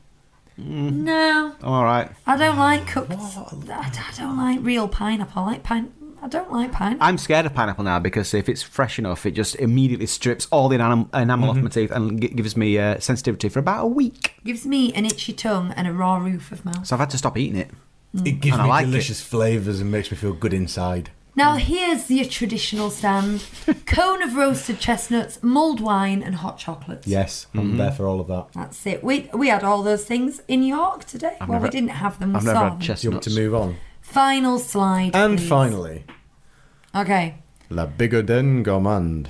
Speaker 2: No,
Speaker 1: Oh. All right,
Speaker 2: I don't like cooked. I, I don't like real pineapple. I like pine. I don't like pineapple.
Speaker 1: I'm scared of pineapple now because if it's fresh enough, it just immediately strips all the enam- enamel off my teeth and g- gives me uh, sensitivity for about a week.
Speaker 2: Gives me an itchy tongue and a raw roof of mouth.
Speaker 1: So I've had to stop eating it.
Speaker 3: It gives
Speaker 1: And I
Speaker 3: me
Speaker 1: like
Speaker 3: delicious flavours and makes me feel good inside.
Speaker 2: Now here's your traditional stand: cone of roasted chestnuts, mulled wine, and hot chocolates.
Speaker 3: Yes,
Speaker 1: Mm-hmm.
Speaker 3: I'm there for all of that.
Speaker 2: That's it. We we had all those things in York today. well,
Speaker 1: never-
Speaker 2: we didn't have them. We
Speaker 1: I've
Speaker 2: saw
Speaker 1: never had
Speaker 2: them.
Speaker 3: Do you want
Speaker 1: chestnuts.
Speaker 3: to move on?
Speaker 2: Final slide.
Speaker 3: And
Speaker 2: please.
Speaker 3: finally,
Speaker 2: Okay.
Speaker 3: La Bigoden Gourmand.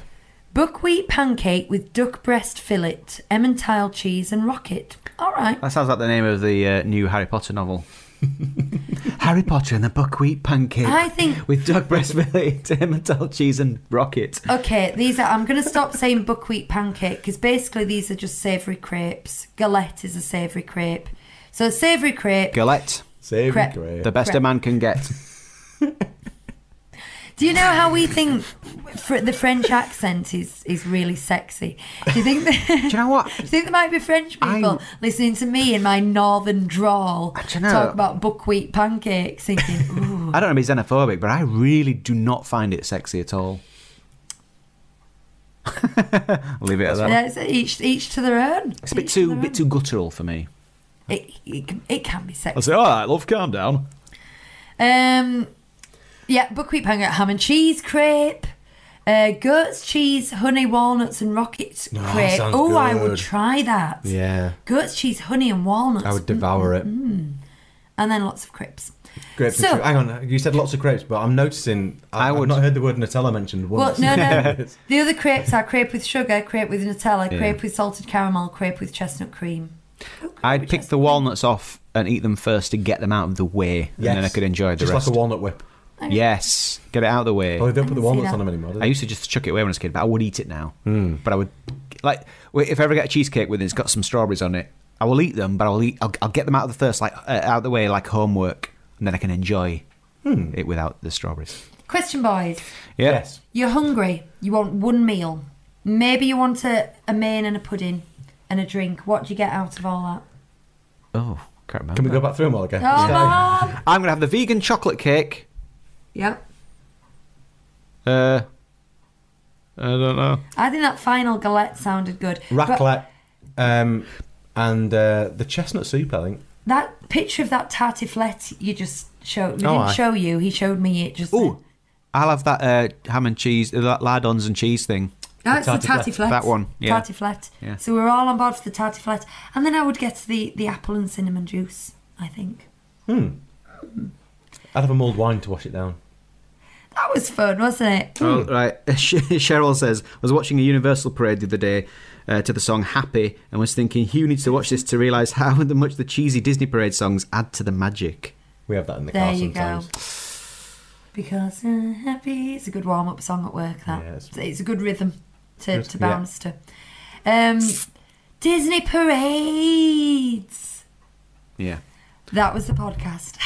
Speaker 2: Buckwheat pancake with duck breast fillet, Emmental cheese, and rocket. All right.
Speaker 1: That sounds like the name of the uh, new Harry Potter novel. Harry Potter and the buckwheat pancake.
Speaker 2: I think-
Speaker 1: with duck breast fillet, emmental cheese, and rocket.
Speaker 2: Okay, these are. I'm going to stop saying buckwheat pancake because basically these are just savoury crepes. Galette is a savoury crepe. So, a savoury crepe.
Speaker 1: Galette,
Speaker 3: Savory
Speaker 2: Crap.
Speaker 3: grape.
Speaker 1: the best a
Speaker 2: Correct.
Speaker 1: man can get.
Speaker 2: Do you know how we think fr- the French accent is, is really sexy? Do you think that,
Speaker 1: Do you know what?
Speaker 2: do you think there might be French people
Speaker 1: I'm-
Speaker 2: listening to me in my northern drawl
Speaker 1: do you know-
Speaker 2: talk about buckwheat pancakes thinking, ooh,
Speaker 1: I don't want to be xenophobic, but I really do not find it sexy at all. I'll leave it at that.
Speaker 2: that's each, each to their own.
Speaker 1: It's a bit too, bit too guttural for me.
Speaker 2: It, it, can- it can be sexy.
Speaker 1: say, all right, love, calm down.
Speaker 2: Um, yeah, buckwheat pancake, ham and cheese crepe, uh, goat's cheese, honey, walnuts, and rocket
Speaker 3: Oh, that
Speaker 2: crepe.
Speaker 3: sounds
Speaker 2: Oh, I would
Speaker 3: good.
Speaker 2: try that.
Speaker 3: Yeah,
Speaker 2: Goat's cheese, honey, and walnuts,
Speaker 3: I would devour it.
Speaker 2: and then lots of crepes.
Speaker 3: Grapes
Speaker 2: Mm-hmm. So-
Speaker 3: and cre- hang on, you said lots of grapes, but I'm noticing I,
Speaker 1: I
Speaker 3: have
Speaker 1: would-
Speaker 3: not heard the word Nutella mentioned
Speaker 2: Well,
Speaker 3: once.
Speaker 2: no, no. the other crepes are crepe with sugar, crepe with Nutella, crepe with salted caramel, crepe with chestnut cream.
Speaker 1: I'd pick the walnuts off and eat them first to get them out of the way, and then I could enjoy the
Speaker 3: Just
Speaker 1: rest.
Speaker 3: like a walnut whip.
Speaker 1: yes, get it out of the way.
Speaker 3: Oh, they don't
Speaker 2: I
Speaker 3: put
Speaker 2: can
Speaker 3: the
Speaker 2: see
Speaker 3: walnuts
Speaker 2: that.
Speaker 3: on them anymore. do
Speaker 1: I
Speaker 3: they?
Speaker 1: used to just chuck it away when I was a kid, but I would eat it now. But I would, like, w- if I ever get a cheesecake with it, it's got some strawberries on it. I will eat them, but I'll eat. I'll, I'll get them out of the first, like, uh, out of the way, like homework, and then I can enjoy it without the strawberries.
Speaker 2: Question, boys.
Speaker 1: Hmm. Yeah.
Speaker 3: Yes.
Speaker 2: You're hungry. You want one meal. Maybe you want a, a main and a pudding and a drink. What do you get out of all that?
Speaker 1: Oh, can't remember.
Speaker 3: Can we go back through them all again? uh,
Speaker 2: Come on!
Speaker 1: I'm gonna have the vegan chocolate cake.
Speaker 2: Yeah.
Speaker 1: Uh, I don't know.
Speaker 2: I think that final galette sounded good. But
Speaker 3: Raclette um, and uh, the chestnut soup, I think.
Speaker 2: that picture of that tartiflette you just showed, we
Speaker 3: Oh,
Speaker 2: didn't
Speaker 3: aye.
Speaker 2: show you, he showed me it just.
Speaker 1: Ooh, I'll have that uh, ham and cheese, uh, that lardons and cheese thing.
Speaker 2: That's the
Speaker 3: tartiflette.
Speaker 2: tartiflette.
Speaker 1: That one, yeah.
Speaker 2: Tartiflette.
Speaker 1: Yeah.
Speaker 2: So we're all on board for the tartiflette. And then I would get the, the apple and cinnamon juice, I think.
Speaker 3: I'd have a mulled wine to wash it down.
Speaker 2: That was fun, wasn't it?
Speaker 1: Oh, right. Sh- Cheryl says, I was watching a Universal parade the other day uh, to the song Happy and was thinking, Hugh needs to watch this to realise how much the cheesy Disney parade songs add to the magic.
Speaker 3: We have that in the
Speaker 2: There
Speaker 3: car
Speaker 2: you go.
Speaker 3: sometimes.
Speaker 2: Because I'm happy. It's a good warm up song at work, that.
Speaker 3: Yeah, it's-
Speaker 2: it's, a good rhythm to,
Speaker 3: Good,
Speaker 2: to
Speaker 3: yeah.
Speaker 2: bounce to. Um, Disney parades.
Speaker 1: Yeah.
Speaker 2: That was the podcast.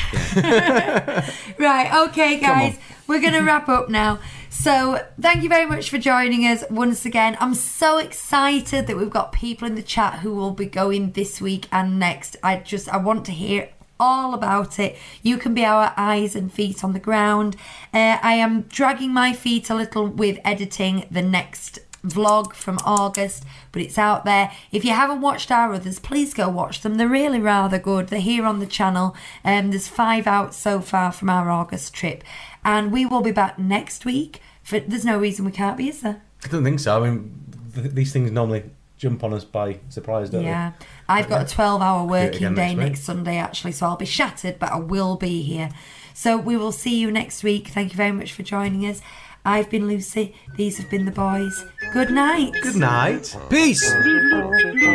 Speaker 2: right, okay, guys. We're going to wrap up now. So, thank you very much for joining us once again. I'm so excited that we've got people in the chat who will be going this week and next. I just I want to hear all about it. You can be our eyes and feet on the ground. Uh, I am dragging my feet a little with editing the next vlog from August, but it's out there. If you haven't watched our others, please go watch them. They're really rather good. They're here on the channel. Um, there's five out so far from our August trip, and we will be back next week. For there's no reason we can't be, is there?
Speaker 3: I don't think so. I mean, th- these things normally jump on us by surprise, don't
Speaker 2: Yeah. I've got a 12 hour working
Speaker 3: again
Speaker 2: day
Speaker 3: next week.
Speaker 2: next Sunday, actually, so I'll be shattered, but I will be here. So we will see you next week. Thank you very much for joining us. I've been Lucy. These have been the boys. Good night.
Speaker 3: they? Good night.
Speaker 1: Peace!
Speaker 5: Peace.